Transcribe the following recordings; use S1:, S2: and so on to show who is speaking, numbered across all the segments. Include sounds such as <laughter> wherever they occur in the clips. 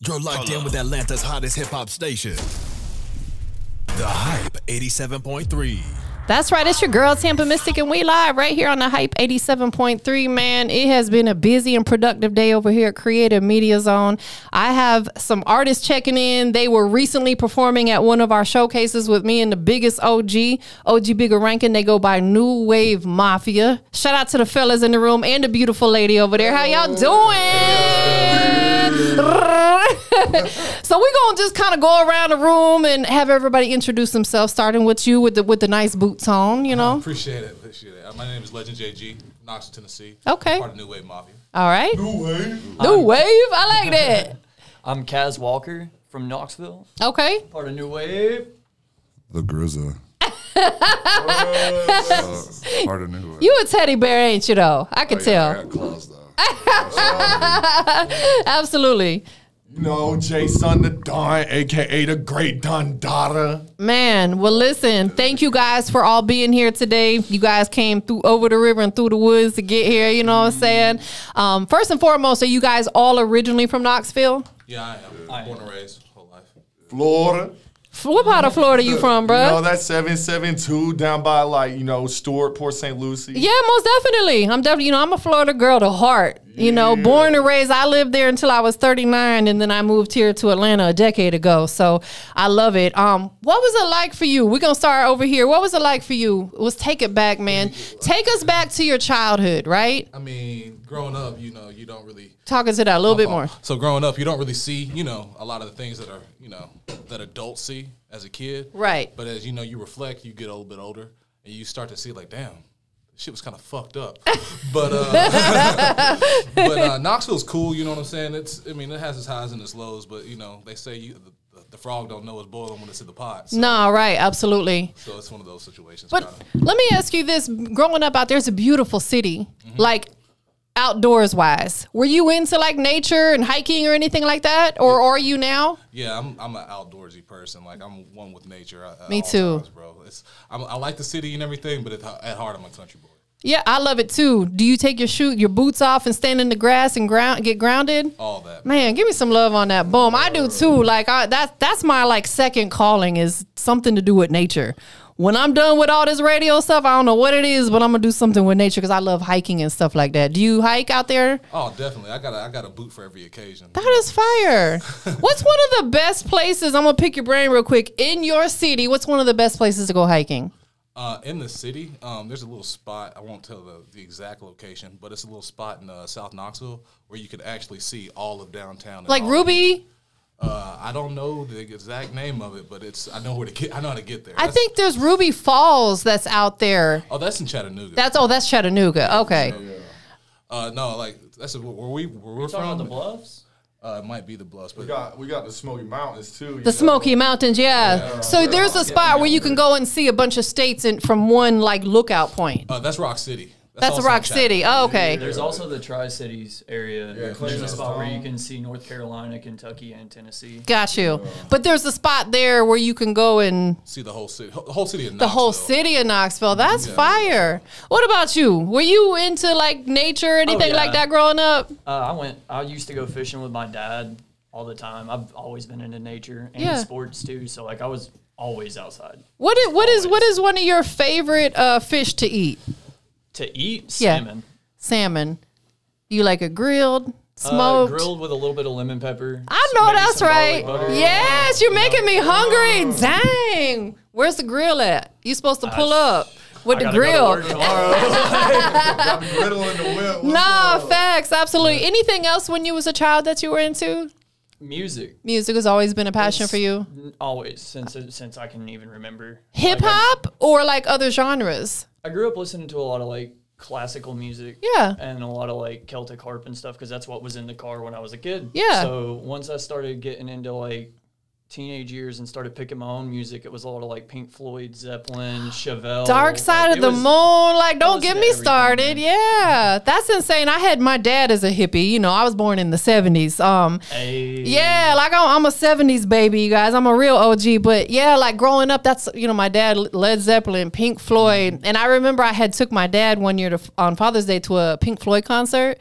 S1: You're locked in with Atlanta's hottest hip hop station. The Hype 87.3.
S2: That's right. It's your girl, Tampa Mystic, and we live right here on the Hype 87.3. Man, it has been a busy and productive day over here at Creative Media Zone. I have some artists checking in. They were recently performing at one of our showcases with me and the biggest OG, OG Bigger Rankin. They go by New Wave Mafia. Shout out to the fellas in the room and the beautiful lady over there. How y'all doing? so we're gonna just kind of go around the room and have everybody introduce themselves, starting with you with the with the nice boots on, you know.
S3: Appreciate it. Appreciate it. Uh, My name is Legend JG, Knoxville, Tennessee.
S4: Uh-huh.
S2: Okay.
S3: Part of New Wave Mafia.
S2: All right.
S3: New Wave.
S2: New wave. I like that.
S5: I'm Kaz Walker from Knoxville,
S2: Okay.
S5: part of New Wave.
S4: The
S2: <laughs>
S4: Grizza. uh, part of New Wave.
S2: You a teddy bear, ain't you though? I could
S4: Oh, yeah,
S2: tell.
S4: I got claws, though.
S2: Absolutely.
S6: You know, Jason the Don, aka the Great Don Dada.
S2: Man, well listen, thank you guys for all being here today. You guys came through over the river and through the woods to get here, you know what I'm saying?
S4: Mm-hmm.
S2: Um, first and foremost, are you guys all originally from Knoxville?
S3: Yeah, I am. Born and raised, whole life.
S6: Florida.
S2: F- What part of Florida you from,
S6: You know,
S2: bruh?
S6: that's 772 down by like, you know, Stewart, Port St. Lucie.
S2: Yeah, most definitely. I'm definitely, you know, I'm a Florida girl to heart. You know, born and raised, I lived there until I was 39, and then I moved here to Atlanta a decade ago. So I love it. Um, what was it like for you? We're gonna start over here. What was it like for you? Let's take it back, man. Take us back to your childhood, right?
S3: I mean, growing up, you know, you don't really.
S2: Talk us to that a little bit more.
S3: So growing up, you don't really see, you know, a lot of the things that are, you know, that adults see as a kid.
S2: Right.
S3: But as you know, you reflect, you get a little bit older, and you start to see like, damn, shit was kind of
S2: <laughs>
S3: fucked up. but uh, <laughs> but uh, Knoxville's cool. You know what I'm saying? It's I mean, it has its highs and its lows, but you know, they say you. The, the frog don't know it's boiling when it's in the pot. So,
S2: No, right, absolutely.
S3: so it's one of those situations.
S2: But
S3: kinda.
S2: let me ask you this: Growing up out there, it's a beautiful city. Like outdoors wise, were you into like nature and hiking or anything like that, or, or are you now?
S3: Yeah, I'm I'm an outdoorsy person. Like I'm one with nature. I,
S2: Me too.
S3: bro. It's I'm, I like the city and everything, but at, at heart, I'm a country boy.
S2: Yeah, I love it too. Do you take your shoe, your boots off, and stand in the grass and ground get grounded?
S3: All that.
S2: Man, give me some love on that. Boom, I do too. Like I, that's that's my like second calling is something to do with nature. When I'm done with all this radio stuff, I don't know what it is, but I'm gonna do something with nature because I love hiking and stuff like that. Do you hike out there?
S3: Oh, definitely. I got a, I got a boot for every occasion.
S2: That is fire. what's one of the best places? I'm gonna pick your brain real quick. In your city, what's one of the best places to go hiking?
S3: Uh, in the city, um, there's a little spot. I won't tell the, the exact location, but it's a little spot in uh, South Knoxville where you can actually see all of downtown. and
S2: Like
S3: all-
S2: Ruby,
S3: Uh, I don't know the exact name of it, but it's I know where to get. I know how to get there.
S2: I
S3: That's-
S2: think there's Ruby Falls that's out there.
S3: Oh, that's in Chattanooga.
S2: That's oh, that's Chattanooga. Okay.
S3: uh, no, like that's where we where we're
S5: Talking
S3: from.
S5: about the Bluffs?
S3: uh, it might be the Bluffs, but
S6: We got, we got the Smoky Mountains, too.
S2: The
S6: <laughs>
S2: Smoky Mountains, yeah. so there's a spot where you can go and see a bunch of states and from one like lookout point.
S3: uh, that's Rock City.
S2: That's
S3: also in
S2: Rock
S3: Chattanooga.
S2: City. Oh, okay.
S5: There's also the Tri Cities area. There's a
S6: Clarence
S5: spot where you
S6: Town.
S5: can see North Carolina, Kentucky, and Tennessee.
S2: Got you. But there's a spot there where you can go and
S3: see the whole city, the whole city of
S2: the whole
S3: Knoxville.
S2: city of Knoxville. That's fire. What about you? Were you into like nature or anything
S5: yeah.
S2: like that growing up?
S5: Uh, I went. I used to go fishing with my dad all the time. I've always been into nature and
S2: Yeah.
S5: sports too. So like I was always outside
S2: What is, what is what is one of your favorite uh, fish to eat?
S5: to eat
S2: Yeah.
S5: salmon.
S2: Salmon. You like it grilled,
S5: Uh,
S2: smoked?
S5: grilled with a little bit of lemon pepper.
S2: I know that's right. Yes, you're making me hungry. Dang. Where's the grill at? You supposed to pull up with the
S5: gotta go to
S2: grill.
S5: work
S2: <laughs>
S5: tomorrow.
S6: Riddle in the
S5: <laughs>
S6: whip.
S2: Nah, facts. Absolutely. Anything else when you was a child that you were into?
S5: Music
S2: Music has always been a passion for you.
S5: always since since I can even remember.
S2: Hip
S5: Like, I- Oh,
S2: hop or like other genres?
S5: I grew up listening to a lot of like classical music.
S2: Yeah.
S5: And a lot of like Celtic harp and stuff because that's what was in the car when I was a kid.
S2: Yeah.
S5: So once I started getting into like teenage years and started picking my own music, it was a lot of like Pink Floyd, Zeppelin,
S2: <gasps>
S5: Chevelle.
S2: Dark
S5: Like,
S2: Side
S5: it
S2: of the
S5: was-
S2: Moon. Like, don't
S5: was
S2: get
S5: into
S2: me
S5: everything,
S2: started. Yeah, that's insane. I had my dad as a hippie. You know, I was born in the seventies. Um,
S5: Ayy.
S2: yeah, like I'm, I'm a seventies baby, you guys. I'm a real OG. But yeah, like growing up, that's you know, my dad Led Zeppelin, Pink Floyd, and I remember I had took my dad one year to, on Father's Day to a Pink Floyd concert.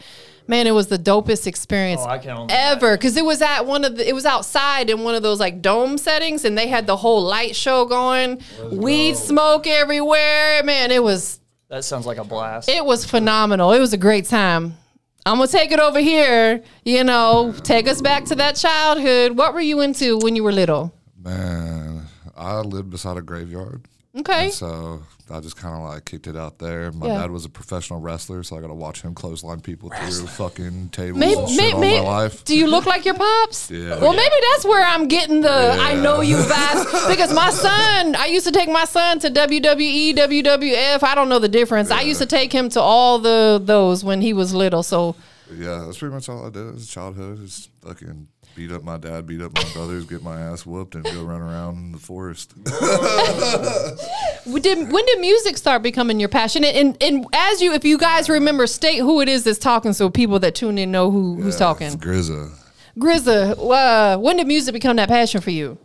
S2: Man, it was the dopest experience
S5: Oh, I can only
S2: ever because it was at one of the, it was outside in one of those like dome settings and they had the whole light show going, weed smoke everywhere. Man, it was
S5: That sounds like a blast.
S2: it was phenomenal. It was a great time. I'm gonna take it over here. You know, take us back to that childhood. What were you into when you were little?
S4: Man, I lived beside a graveyard.
S2: Okay.
S4: So I just kind of like kicked it out there. My
S2: Yeah.
S4: dad was a professional wrestler, so I got to watch him clothesline people through fucking tables
S2: Maybe,
S4: and shit all my life.
S2: do you look like your pops?
S4: Yeah.
S2: Well, maybe that's where I'm getting the I know you
S4: <laughs>
S2: vibes because my son, I used to take my son to E, WWE, WWF. I don't know the difference. I used to take him to all the those when he was little. So
S4: yeah, that's pretty much all I did as a childhood. Is fucking beat up my dad, beat up my brothers, get my ass whooped, and go run around in the forest.
S2: we did, when did music start becoming your passion? And, and and as you, if you guys remember, state who it is that's talking, so people that tune in know who who's
S4: It's
S2: talking.
S4: Grizza.
S2: Grizza, uh, when did music become that passion for you?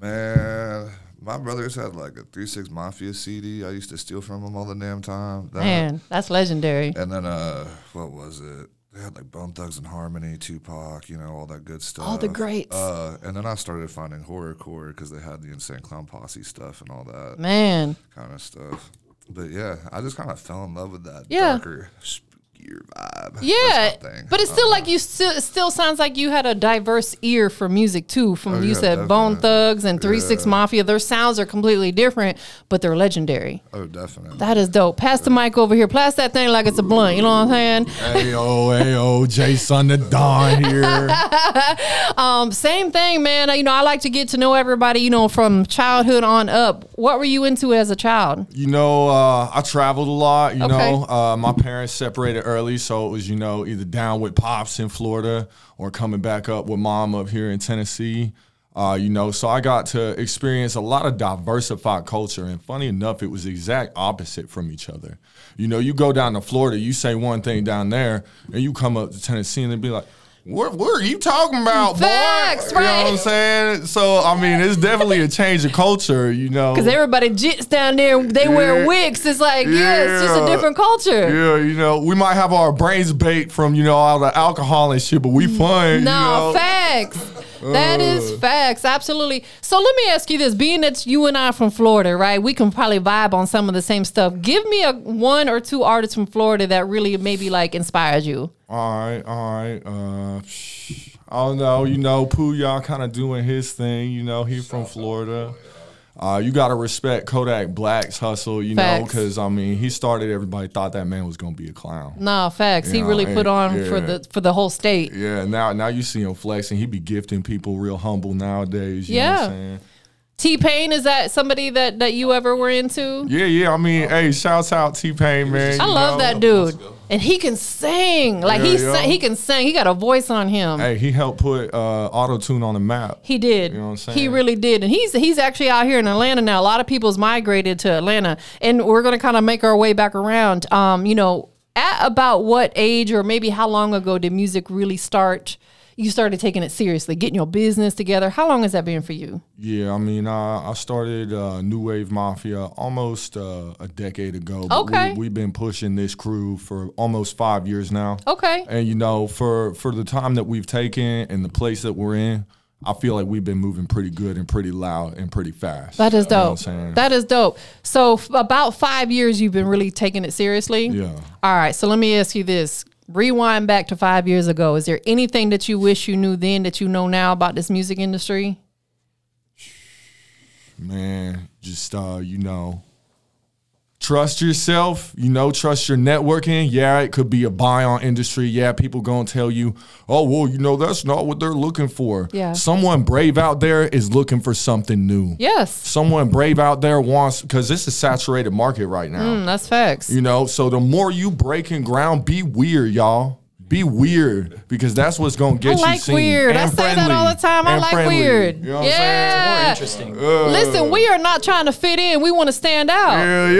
S4: Man, my brothers had like a three six mafia CD. I used to steal from them all the damn time. That-
S2: Man, that's legendary.
S4: And then uh, what was it? They had like Bone Thugs and Harmony, Tupac, you know, all that good stuff.
S2: the greats.
S4: Uh, and then I started finding horrorcore because they had the Insane Clown Posse stuff and all that
S2: Mm. Man,
S4: kind of stuff. But yeah, I just kind of fell in love with that
S2: Yeah.
S4: darker, spookier vibe.
S2: Yeah,
S4: That's my thing. Uh-huh.
S2: but it still like you still it still sounds like you had a diverse ear for music too. From
S4: Oh,
S2: you
S4: yeah,
S2: said Bone
S4: definitely.
S2: Thugs and Three Six Mafia, their sounds are completely different, but they're legendary.
S4: oh, definitely.
S2: That is dope. Pass the mic over here. Pass that thing like it's a blunt. You know what I'm saying?
S6: Ayo, ayo, oh, Jason the
S3: <laughs>
S6: Don here.
S2: Um, same thing, man. You know, I like to get to know everybody. You know, from childhood on up. What were you into as a child?
S6: You know, uh, I traveled a lot. You
S2: Okay.
S6: know, uh, my parents separated early, so it was you know either down with pops in Florida or coming back up with mom up here in Tennessee. Uh, you know, so I got to experience a lot of diversified culture, and funny enough, it was the exact opposite from each other. You know, you go down to Florida, you say one thing down there, and you come up to Tennessee, and they be like. What, what are you talking about, boy?
S2: Facts,
S6: You know what I'm
S2: right.
S6: saying? So, I mean, it's definitely a change of culture,
S2: <laughs>
S6: you know.
S2: Because everybody jits down there. They wear
S6: Yeah.
S2: wigs. It's like yeah, it's just a
S6: Yeah.
S2: different culture.
S6: Yeah, you know, we might have our brains baked from, you know, all the alcohol and shit, but we fun.
S2: Mm. No,
S6: you know? Uh.
S2: facts. That is facts, absolutely. So let me ask you this: being that you and I are from Florida, right? We can probably vibe on some of the same stuff. Give me a one or two artists from Florida that really maybe like inspired you.
S6: All right, all right. Uh, psh, I don't know, you know, Pooh, y'all kind of doing his thing. You know, he from Florida. Uh, you got to respect Kodak Black's hustle, you know,
S2: Facts.
S6: because, I mean, he started, everybody thought that man was going to be a clown.
S2: No, facts. he
S6: Yeah,
S2: really put
S6: eh,
S2: on for
S6: yeah.
S2: the for the whole state.
S6: Yeah, now now you see him flexing. He be gifting people real humble nowadays. You know what
S2: Yeah.
S6: I'm saying?
S2: T Pain is that somebody that that you ever were into?
S6: Yeah, yeah. I mean, hey, shouts out T Pain, man.
S2: I
S6: you
S2: love
S6: know?
S2: that dude, and he can sing. Like
S6: Yeah,
S2: he
S6: yeah.
S2: sang- he can sing. He got a voice on him.
S6: Hey, he helped put uh, auto tune on the map.
S2: He did.
S6: You know what I'm
S2: He
S6: saying?
S2: really did. And he's he's actually out here in Atlanta now. A lot of people's migrated to Atlanta, and we're going to kind of make our way back around. Um, you know, at about what age or maybe how long ago did music really start? You started taking it seriously, getting your business together. How long has that been for you?
S6: Yeah, I mean, I, I started uh, New Wave Mafia almost uh, a decade ago. but
S2: Okay.
S6: We, we've been pushing this crew for almost five years now.
S2: Okay.
S6: And, you know, for, for the time that we've taken and the place that we're in, I feel like we've been moving pretty good and pretty loud and pretty fast.
S2: That is
S6: You know what I'm
S2: dope.
S6: saying?
S2: that is dope. So f- about five years, you've been really taking it seriously.
S6: Yeah.
S2: All right. So let me ask you this: Rewind back to five years ago. Is there anything that you wish you knew then that you know now about this music industry?
S6: man just uh you know trust yourself you know trust your networking yeah it could be a buy on industry yeah people gonna tell you oh well you know that's not what they're looking for
S2: Yeah.
S6: someone brave out there is looking for something new
S2: Yes.
S6: someone brave out there wants because this is saturated market right now
S2: Mm, that's facts.
S6: you know, so the more you breaking ground, be weird, y'all. Be weird because that's what's gonna
S2: I
S6: get you
S2: like
S6: seen.
S2: weird. I
S6: And
S2: say that all the time. I
S6: And
S2: like weird.
S6: You know what
S2: Yeah.
S6: I'm
S5: More interesting.
S6: saying? Uh,
S2: Listen, we are not trying to fit in. We want to stand out.
S6: Hell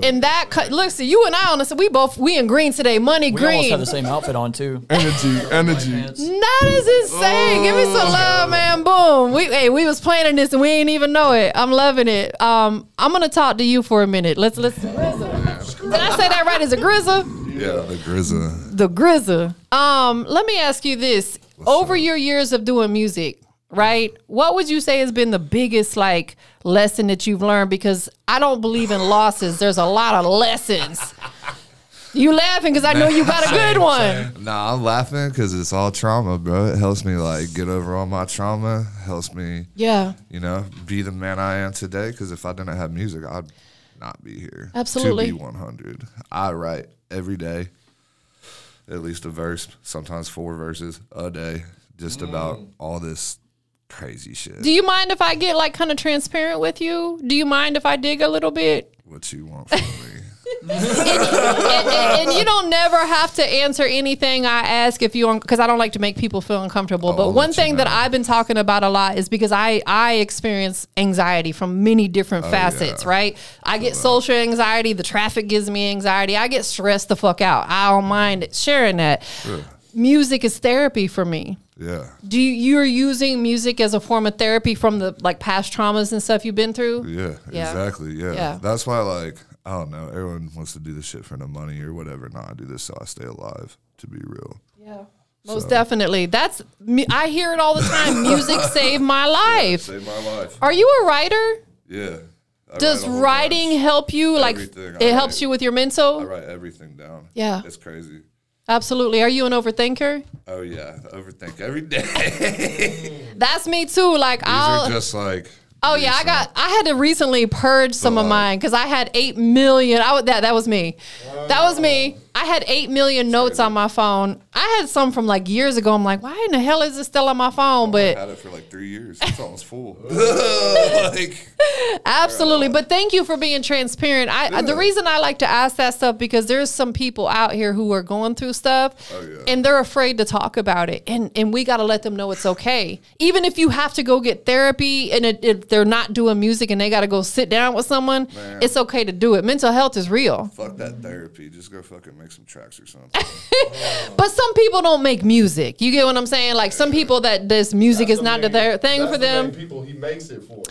S6: yeah.
S2: And that cut. Look, see, you and I on this. We both we in green today. Money
S5: We almost
S2: green.
S5: have the same outfit on too.
S6: Energy, energy.
S5: Pants.
S2: That is insane. Give me some love, man. Boom. We hey, we was planning this and we ain't even know it. I'm loving it. Um, I'm gonna talk to you for a minute. Let's let's. Did I say that right? Is it Grizzle?
S4: Yeah, the Grizza.
S2: the Grizzle. Um, let me ask you this: over your years of doing music, right? What would you say has been the biggest like lesson that you've learned? Because I don't believe in losses. There's a lot of lessons. You laughing because I know you got a good one.
S4: Nah, I'm laughing because it's all trauma, bro. It helps me like get over all my trauma. Helps me,
S2: Yeah,
S4: you know, be the man I am today. Because if I didn't have music, I'd not be here.
S2: Absolutely.
S4: To be 100, I write every day, at least a verse, sometimes four verses a day, just about all this crazy shit.
S2: Mm. Do you mind if I get like kind of transparent with you? Do you mind if I dig a little bit?
S4: what you want from me?
S2: and, and- and you don't never have to answer anything I ask if you because I don't like to make people feel uncomfortable. but
S4: Oh, I'll
S2: one
S4: let you
S2: thing that
S4: know.
S2: I've been talking about a lot is because I I experience anxiety from many different facets.
S4: Oh, yeah.
S2: Right, I get social anxiety. The traffic gives me anxiety. I get stressed the fuck out. I don't mind sharing that. Music is therapy for me.
S4: Yeah.
S2: Do you, you're using music as a form of therapy from the like past traumas and stuff you've been through?
S4: Yeah,
S2: Yeah.
S4: exactly. Yeah.
S2: Yeah.
S4: That's why, like, I don't know. Everyone wants to do this shit for the money or whatever. No, I do this so I stay alive, to be real.
S2: Yeah, most definitely. That's me. I hear it all the
S4: <laughs>
S2: time. Music saved my life.
S4: Save my life.
S2: Are you a writer?
S4: Yeah. I
S2: Does
S4: write a whole
S2: writing
S4: bunch.
S2: help you? Like
S4: Everything.
S2: it
S4: I
S2: helps
S4: write.
S2: you with your
S4: I
S2: mental?
S4: write everything down.
S2: Yeah.
S4: It's crazy.
S2: Absolutely. Are you an overthinker?
S4: Oh, yeah. I overthink every day. <laughs> These
S2: That's me too. Like
S4: are
S2: I'll.
S4: just like.
S2: Oh yeah, I got. I had to recently purge some of
S4: lot.
S2: mine because I had eight million. I would that that was me. That was me. I had eight million notes on my phone. I had some from like years ago. I'm like, why in the hell is this still on my phone? But
S4: Had it for like three years. It's almost <laughs> full. like,
S2: Absolutely. But thank you for being transparent. I, I- the reason I like to ask that stuff because there's some people out here who are going through stuff and they're afraid to talk about it. And and we got to let them know it's okay. Even if you have to go get therapy and it, if they're not doing music and they got to go sit down with someone, it's okay to do it. Mental health is real.
S4: fuck that therapy. Just go fucking make some tracks or something.
S2: But some people don't make music. You get what I'm saying? Like some people that this music is not the their thing for them.
S7: people he makes it for.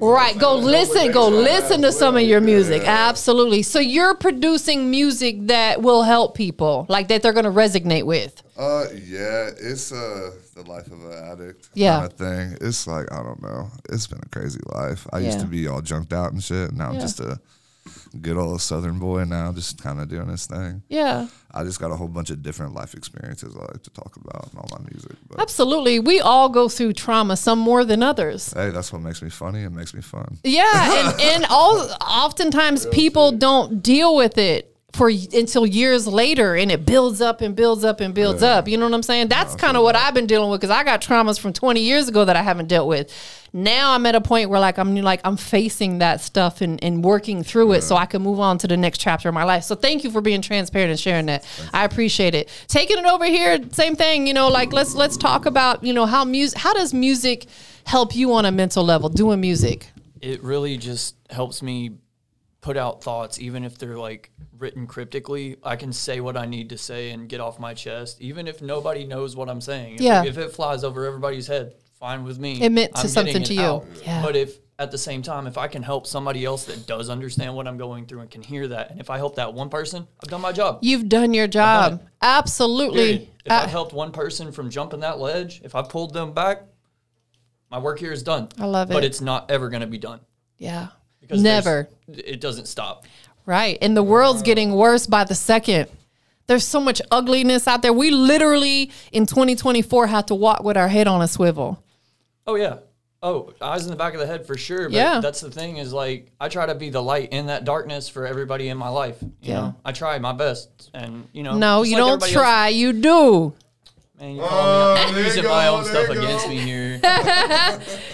S2: Right. Go listen. Go listen to some of your music.
S4: Yeah.
S2: Absolutely. So you're producing music that will help people, like that they're going to resonate with.
S4: Uh, yeah, it's uh the life of an addict.
S2: Yeah.
S4: kind of thing. It's like I don't know. It's been a crazy life. I used
S2: Yeah.
S4: to be all junked out and shit. and Now I'm just a good old Southern boy. and Now just kind of doing this thing.
S2: Yeah.
S4: I just got a whole bunch of different life experiences I like to talk about in all my music. But
S2: Absolutely. We all go through trauma, some more than others.
S4: hey, that's what makes me funny. It makes me fun.
S2: Yeah, and and all oftentimes people don't deal with it for y- until years later, and it builds up and builds up and builds up. You know what I'm saying? That's kind of what I've been dealing with because I got traumas from 20 years ago that I haven't dealt with. Now I'm at a point where like I'm like I'm facing that stuff and, and working through it so I can move on to the next chapter of my life. So thank you for being transparent and sharing that. I appreciate it. Taking it over here, same thing. You know, like let's let's talk about you know how music how does music help you on a mental level doing music.
S5: it really just helps me put out thoughts even if they're like written cryptically i can say what i need to say and get off my chest even if nobody knows what i'm saying If-
S2: Yeah.
S5: if, it flies over everybody's head fine with me
S2: It meant to
S5: getting
S2: something
S5: it
S2: to you.
S5: out.
S2: Yeah.
S5: but if at the same time if i can help somebody else that does understand what i'm going through and can hear that and if i help that one person i've done my job
S2: You've done your job.
S5: done it. Period.
S2: Absolutely. Uh,
S5: if
S2: I,
S5: i helped one person from jumping that ledge if i pulled them back my work here is done
S2: I love
S5: but
S2: it.
S5: it's not ever going to be done
S2: yeah.
S5: because there's-
S2: Never.
S5: It doesn't stop.
S2: Right. And the world's getting worse by the second. There's so much ugliness out there. We literally in 2024 have to walk with our head on a swivel.
S5: Oh yeah. Oh, eyes in the back of the head for sure. But
S2: Yeah.
S5: that's the thing is like I try to be the light in that darkness for everybody in my life. You
S2: Yeah.
S5: know, I try my best, and you know.
S2: No,
S5: Oh, just
S2: you
S5: like
S2: don't
S5: everybody else-
S2: try. You do.
S5: Man, you calling me out.
S4: Oh, there you
S5: using my
S4: go,
S5: own
S4: there
S5: stuff
S4: you go.
S5: against me here.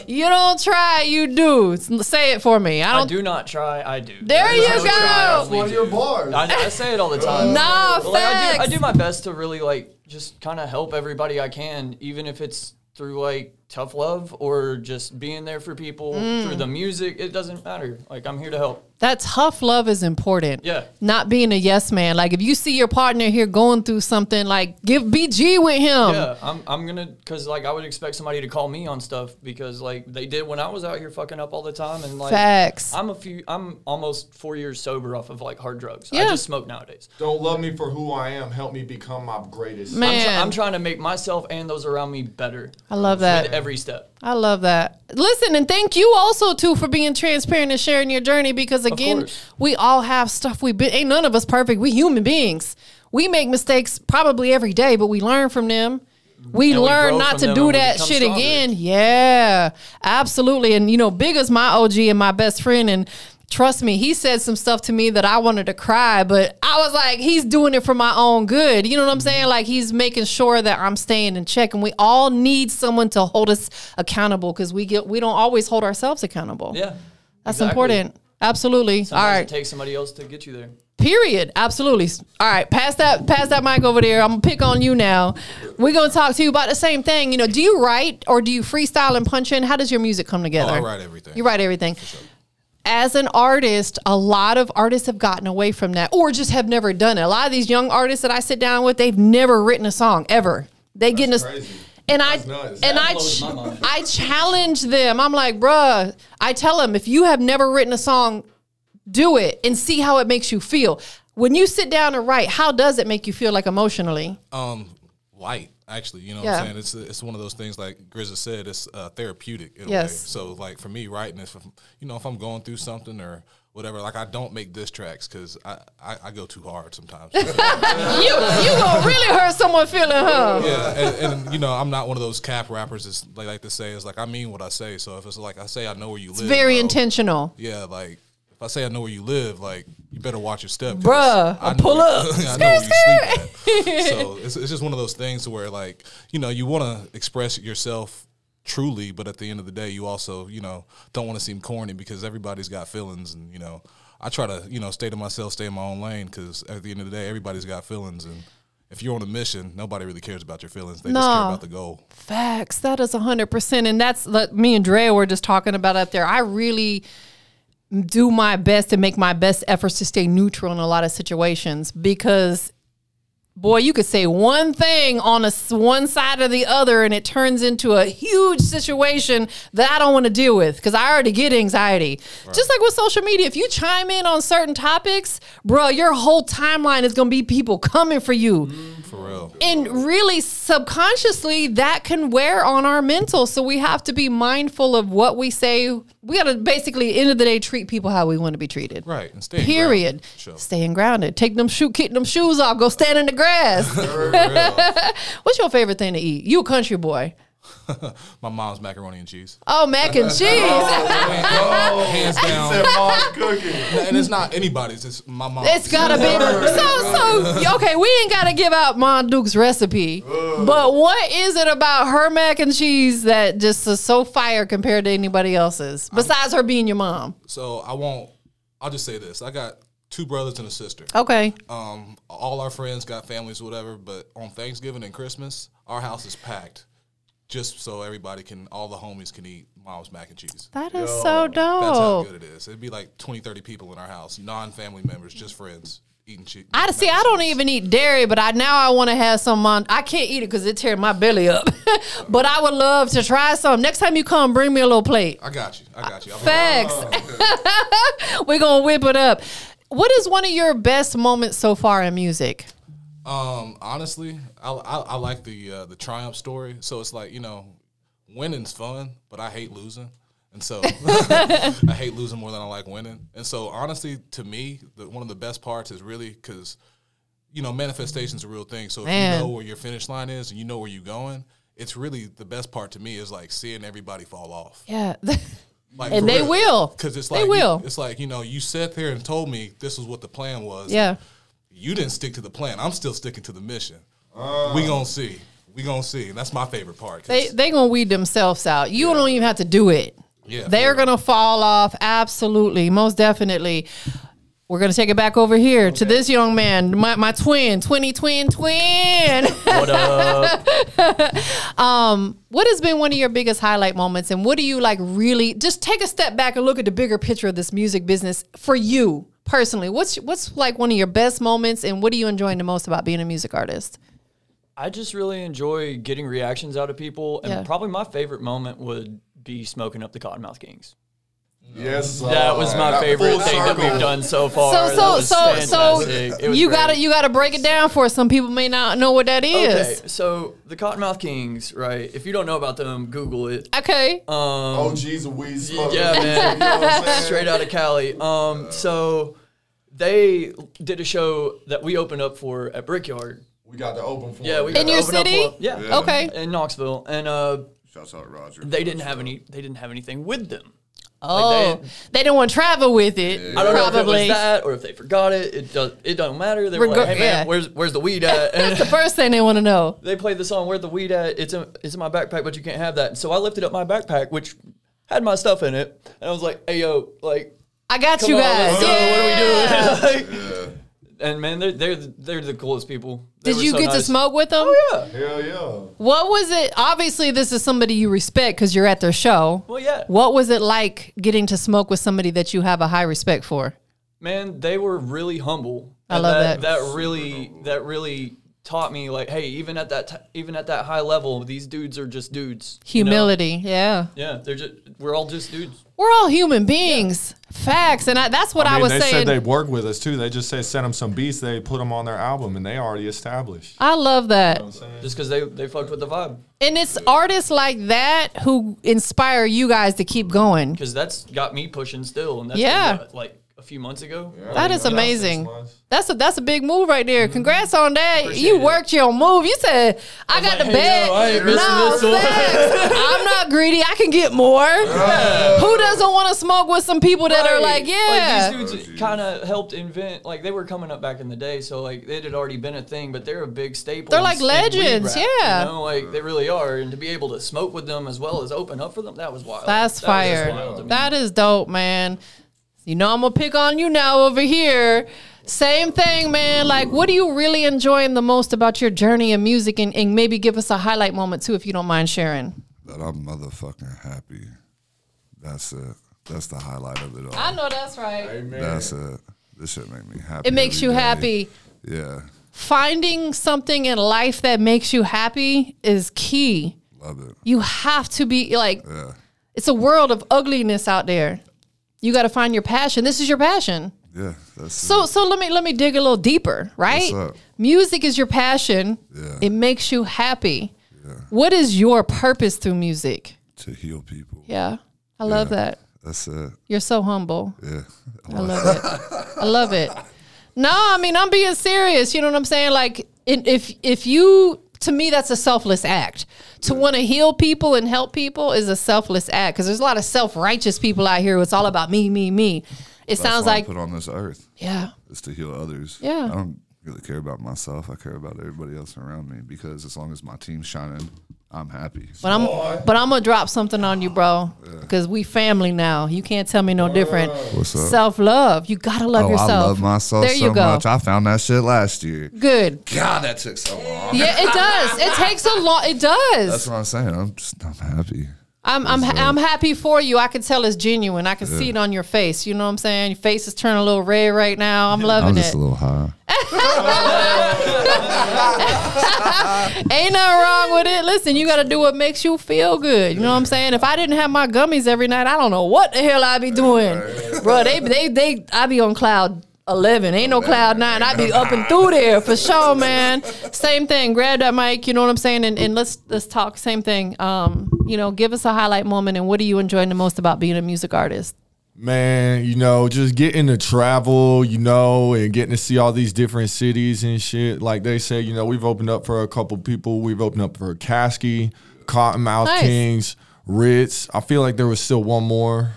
S2: You don't try. You do. S- Say it for me. I
S5: I
S2: don't.
S5: do not try. I do.
S2: There
S5: I
S2: you
S5: don't try,
S2: go.
S5: I
S7: One of
S5: do.
S7: your bars.
S5: I, I say it all the time.
S2: Nah,
S5: But, like, I, do, I
S2: facts.
S5: do my best to really like just kind of help everybody I can, even if it's through like
S2: Mm.
S5: tough love or just being there for people through the music. It doesn't matter. Like I'm here to help.
S2: That tough love is important.
S5: Yeah.
S2: Not being a yes man. Like if you see your partner here going through something, like give BG with him.
S5: Yeah, I'm, I'm gonna because like I would expect somebody to call me on stuff because like they did when I was out here fucking up all the time and like
S2: Facts.
S5: I'm a few I'm almost four years sober off of like hard drugs. I
S2: Yeah.
S5: just smoke nowadays.
S6: Don't love me for who I am. Help me become my greatest.
S5: I'm, try-
S2: Man,
S5: I'm trying to make myself and those around me better
S2: I love that.
S5: at every step.
S2: I love that. Listen, and thank you also too for being transparent and sharing your journey because again,
S5: course.
S2: we all have stuff we been ain't none of us perfect. We human beings. We make mistakes probably every day, but we learn from them. We
S5: And we
S2: learn
S5: grow
S2: not
S5: from
S2: to
S5: them
S2: do
S5: and we
S2: that
S5: become
S2: shit
S5: stronger.
S2: again. Yeah. Absolutely. And you know, Big is my OG and my best friend and trust me, he said some stuff to me that I wanted to cry, but I was like, he's doing it for my own good. You know what I'm
S5: Mm-hmm.
S2: saying? Like he's making sure that I'm staying in check and we all need someone to hold us accountable cuz we get we don't always hold ourselves accountable.
S5: Yeah,
S2: That's
S5: exactly.
S2: important. Absolutely.
S5: Sometimes
S2: all
S5: it
S2: right.
S5: takes somebody else to get you
S2: <laughs>
S5: there.
S2: Period. Absolutely. All right, pass that pass that mic over there. I'm gonna pick on you now. We're gonna talk to you about the same thing. You know, do you write or do you freestyle and punch in? How does your music come together?
S3: Oh, I write everything.
S2: You write everything. As an artist, a lot of artists have gotten away from that or just have never done it. A lot of these young artists that I sit down with, they've never written a song ever. They get in a
S6: crazy.
S2: and I
S6: nuts.
S2: and
S5: That
S2: I
S5: blows
S2: ch-
S5: my mind.
S2: I challenge them. I'm like, bruh, I tell them if you have never written a song, do it and see how it makes you feel. When you sit down and write, how does it make you feel like emotionally?
S5: Uh-huh.
S3: um light actually you know
S2: Yeah.
S3: what i'm saying it's it's one of those things like grizza said it's uh, therapeutic in
S2: Yes.
S3: a way so like for me writing is from you know if i'm going through something or whatever like i don't make diss tracks because I, I i go too hard sometimes <laughs> yeah
S2: you you gonna really hurt someone feeling, huh?
S3: and, and you know i'm not one of those cap rappers as they like to say is like i mean what i say so if it's like i say i know where you live
S2: Very
S3: bro,
S2: intentional.
S3: yeah like if i say i know where you live like you better watch your step 'cause
S2: Bruh, I
S3: I know
S2: pull
S3: where-
S2: up.
S3: <laughs> I know where you sleep at. so it's, it's just one of those things where like you know you want to express yourself truly but at the end of the day you also you know don't want to seem corny because everybody's got feelings and you know i try to you know stay to myself stay in my own lane because at the end of the day everybody's got feelings and if you're on a mission nobody really cares about your feelings they just
S2: No.
S3: care about the goal
S2: Facts. That is 100%. And that's like me and Drea were just talking about out there. I really do my best and make my best efforts to stay neutral in a lot of situations because boy you could say one thing on a s- one side or the other and it turns into a huge situation that i don't want to deal with because i already get anxiety just like with social media if you chime in on certain topics bro your whole timeline is gonna be people coming for you
S3: for real
S2: and really subconsciously that can wear on our mental so we have to be mindful of what we say we got to basically end of the day treat people how we want to be treated
S3: right and stay
S2: period
S3: Sure.
S2: staying grounded take them shoe kick them shoes off go stand in the grass <laughs> what's your favorite thing to eat you a country boy
S3: my mom's macaroni and cheese
S2: oh mac and cheese
S3: hands down
S6: cooking.
S3: and it's not anybody's. It's my mom.
S2: It's gotta be so so. Okay, we ain't gotta give out Mon Duke's recipe,
S3: Uh.
S2: but what is it about her mac and cheese that just is so fire compared to anybody else's? Besides her being your mom.
S3: so I won't. I'll just say this. I got two brothers and a sister.
S2: Okay,
S3: Um, all our friends got families, whatever. But on Thanksgiving and Christmas, our house is packed, just so everybody can, all the homies can eat mom's mac and cheese.
S2: that is so
S3: That's how
S2: dope.
S3: good it is. It'd be like 20, 30 people in our house, non-family members, just friends eating cheese.
S2: I see. I don't even eat dairy, but I now I want to have some. Mon- I can't eat it because it tearing my belly up. <laughs> but I would love to try some. Next time you come, bring me a little plate.
S3: I got you. I got you. I'll be right
S2: Facts.
S3: Uh.
S2: We're gonna whip it up. What is one of your best moments so far in music?
S3: Um, honestly, I, I, I like the uh, the triumph story. So it's like you know, winning's fun, but I hate losing, and so <laughs> I hate losing more than I like winning. And so honestly, to me, the, one of the best parts is really because you know manifestation's a real thing. So if
S2: Man.
S3: you know where your finish line is and you know where you're going, it's really the best part to me is like seeing everybody fall off.
S2: Yeah.
S3: Like,
S2: And they will.
S3: because it's
S2: They
S3: like you-
S2: will.
S3: it's like you know you sat there and told me this was what the plan
S2: <laughs>
S3: was.
S2: yeah.
S3: you didn't stick to the plan. I'm still sticking to the mission. we gonna see. We gonna see. And that's my favorite part. 'cause-
S2: They they gonna weed themselves out. You don't even have to do it.
S3: Yeah,
S2: They're
S3: for real.
S2: gonna fall off. Absolutely. Most definitely. We're gonna take it back over here to this young man, my, my twin, twinny twin twin. <laughs>
S5: What up?
S2: what has been one of your biggest highlight moments, and what do you like really? Just take a step back and look at the bigger picture of this music business for you personally. What's what's like one of your best moments, and what are you enjoying the most about being a music artist?
S5: I just really enjoy getting reactions out of people, and
S2: Yeah.
S5: probably my favorite moment would be smoking up the Cottonmouth Kings.
S6: Yes,
S5: That was my favorite thing that we've done so far. That
S2: so
S5: was
S2: so so
S5: fantastic.
S2: so
S5: It was
S2: you
S5: great.
S2: gotta you gotta break it down for us. Some people may not know what that is.
S5: Okay, so the Cottonmouth Kings, right? If you don't know about them, Google it.
S2: Okay.
S5: Um,
S6: Oh, geez, a weed smoker.
S2: <laughs>
S5: yeah, man.
S6: You know what I'm saying?
S5: straight out of Cali. Um, so they did a show that we opened up for at Brickyard.
S6: We got the open for
S5: Yeah, we
S6: it.
S5: got
S2: In
S5: to
S2: your
S5: open up
S2: city?
S5: for- yeah,
S2: Okay.
S5: in Knoxville, and uh,
S4: Shouts out Roger.
S5: they didn't have any. They didn't have anything with them.
S2: oh,
S5: they-
S2: they, didn't want to travel with it.
S5: I don't know if it was
S2: probably.
S5: that or if they forgot it. It does. It don't matter. They were
S2: Rego-
S5: like, "Hey man,
S2: yeah.
S5: where's where's the weed at?"
S2: That's the
S5: And <laughs>
S2: first thing they want to know.
S5: they played the song "Where the Weed at." It's in it's in my backpack, but you can't have that. And so I lifted up my backpack, which had my stuff in it, and I was like, "Hey yo, like
S2: I got
S5: Come
S2: you
S5: on,
S2: guys.
S5: let's go.
S2: Yeah.
S5: What are we doing? Like, <laughs> And man, they're they're they're the coolest people. They
S2: Did
S5: were
S2: you
S5: so
S2: get to
S5: nice. Oh,
S2: smoke with them?
S5: Yeah.
S6: Hell yeah.
S2: What was it? Obviously, this is somebody you respect because you're at their show.
S5: Well, yeah.
S2: What was it like getting to smoke with somebody that you have a high respect for?
S5: Man, they were really humble.
S2: I
S5: And
S2: love that.
S5: That, really that really taught me like, hey, even at that t- even at that high level, these dudes are just dudes. you know?
S2: Humility. Yeah.
S5: Yeah, they're just we're all just dudes.
S2: We're all human beings. Facts. And I, that's what I,
S6: I mean,
S2: was
S6: they
S2: saying.
S6: said they work with us too. They just say send them some beats. They put them on their album, and they already established.
S2: I love that.
S5: Just because they they fucked with the vibe,
S2: And it's artists like that who inspire you guys to keep going.
S5: because that's got me pushing still, and that's
S2: Yeah.
S5: been, what, like a few months ago.
S2: That is
S6: Yeah.
S2: amazing.
S6: Six months.
S2: That's a that's a big move right there. Congrats on that. you
S5: Mm-hmm. it.
S2: worked your move. You said I, got the
S5: like,
S2: bag.
S5: "Hey, yo, I ain't missing
S2: no,
S5: this one."
S2: thanks.
S5: <laughs>
S2: I'm not greedy. I can get more. Who doesn't want to smoke with some people that are like, yeah,
S5: Like, these dudes kind of helped invent, like they were coming up back in the day, so like it had already been a thing, but they're a big staple.
S2: They're
S5: in-
S2: like
S5: in weed
S2: legends,
S5: rap,
S2: yeah.
S5: You know, like they really are, and to be able to smoke with them as well as open up for them, that was
S2: that's
S5: wild. That was just
S2: fire.
S5: wild to me.
S2: that is dope, man. You know I'm gonna pick on you now over here. Same thing, man. Like, what are you really enjoying the most about your journey in music? And, and maybe give us a highlight moment too, if you don't mind sharing.
S4: That I'm motherfucking happy. That's it. That's the highlight of it all.
S2: I know that's right.
S4: That's it. This shit make me happy.
S2: It makes
S4: every
S2: you
S4: day.
S2: happy.
S4: Yeah.
S2: Finding something in life that makes you happy is key.
S4: Love it.
S2: You have to be like, it's a world of ugliness out there. You got to find your passion. This is your passion.
S4: Yeah. That's it.
S2: So, so let me let me dig a little deeper, right?
S4: What's up?
S2: Music is your passion. It makes you happy. What is your purpose through music?
S4: to heal people.
S2: Yeah, I love that.
S4: That's it.
S2: You're so humble.
S4: Yeah.
S2: I love it. I love it. No, I mean I'm being serious. You know what I'm saying? Like in, if if you to me that's a selfless act. To want to heal people and help people is a selfless act because there's a lot of self righteous people out here. It's all about me, me, me. It
S4: That's
S2: sounds
S4: why I'm
S2: like
S4: put on this earth
S2: yeah,
S4: is to heal others.
S2: Yeah.
S4: I don't really care about myself. I care about everybody else around me because as long as my team's shining, I'm happy.
S2: but I'm but I'm gonna drop something on you, bro, because we family now. You can't tell me no different.
S4: What's up?
S2: Self love. You gotta love
S4: oh,
S2: yourself.
S4: I love myself
S2: There
S4: so
S2: you go.
S4: much. I found that shit last year.
S2: Good.
S4: God, that took so long.
S2: Yeah, it does. It takes a lot. It does.
S4: That's what I'm saying. I'm just I'm happy.
S2: I'm I'm, ha- I'm happy for you. I can tell it's genuine. I can see it on your face. You know what I'm saying? Your face is turning a little red right now. I'm
S4: I'm
S2: loving
S4: just
S2: it.
S4: a little high.
S2: Ain't nothing wrong with it. Listen, you got to do what makes you feel good. You know what I'm saying? If I didn't have my gummies every night, I don't know what the hell I'd be doing, bro. They they they I be on cloud. 11 ain't no cloud nine i'd be up and through there for sure man same thing grab that mic you know what i'm saying and, and let's let's talk same thing um you know give us a highlight moment and what are you enjoying the most about being a music artist
S6: Man, you know, just getting to travel, you know, and getting to see all these different cities and shit. Like they say, you know, we've opened up for a couple people. We've opened up for Caskey, Cottonmouth
S2: Nice.
S6: Kings, Ritz. I feel like there was still one more.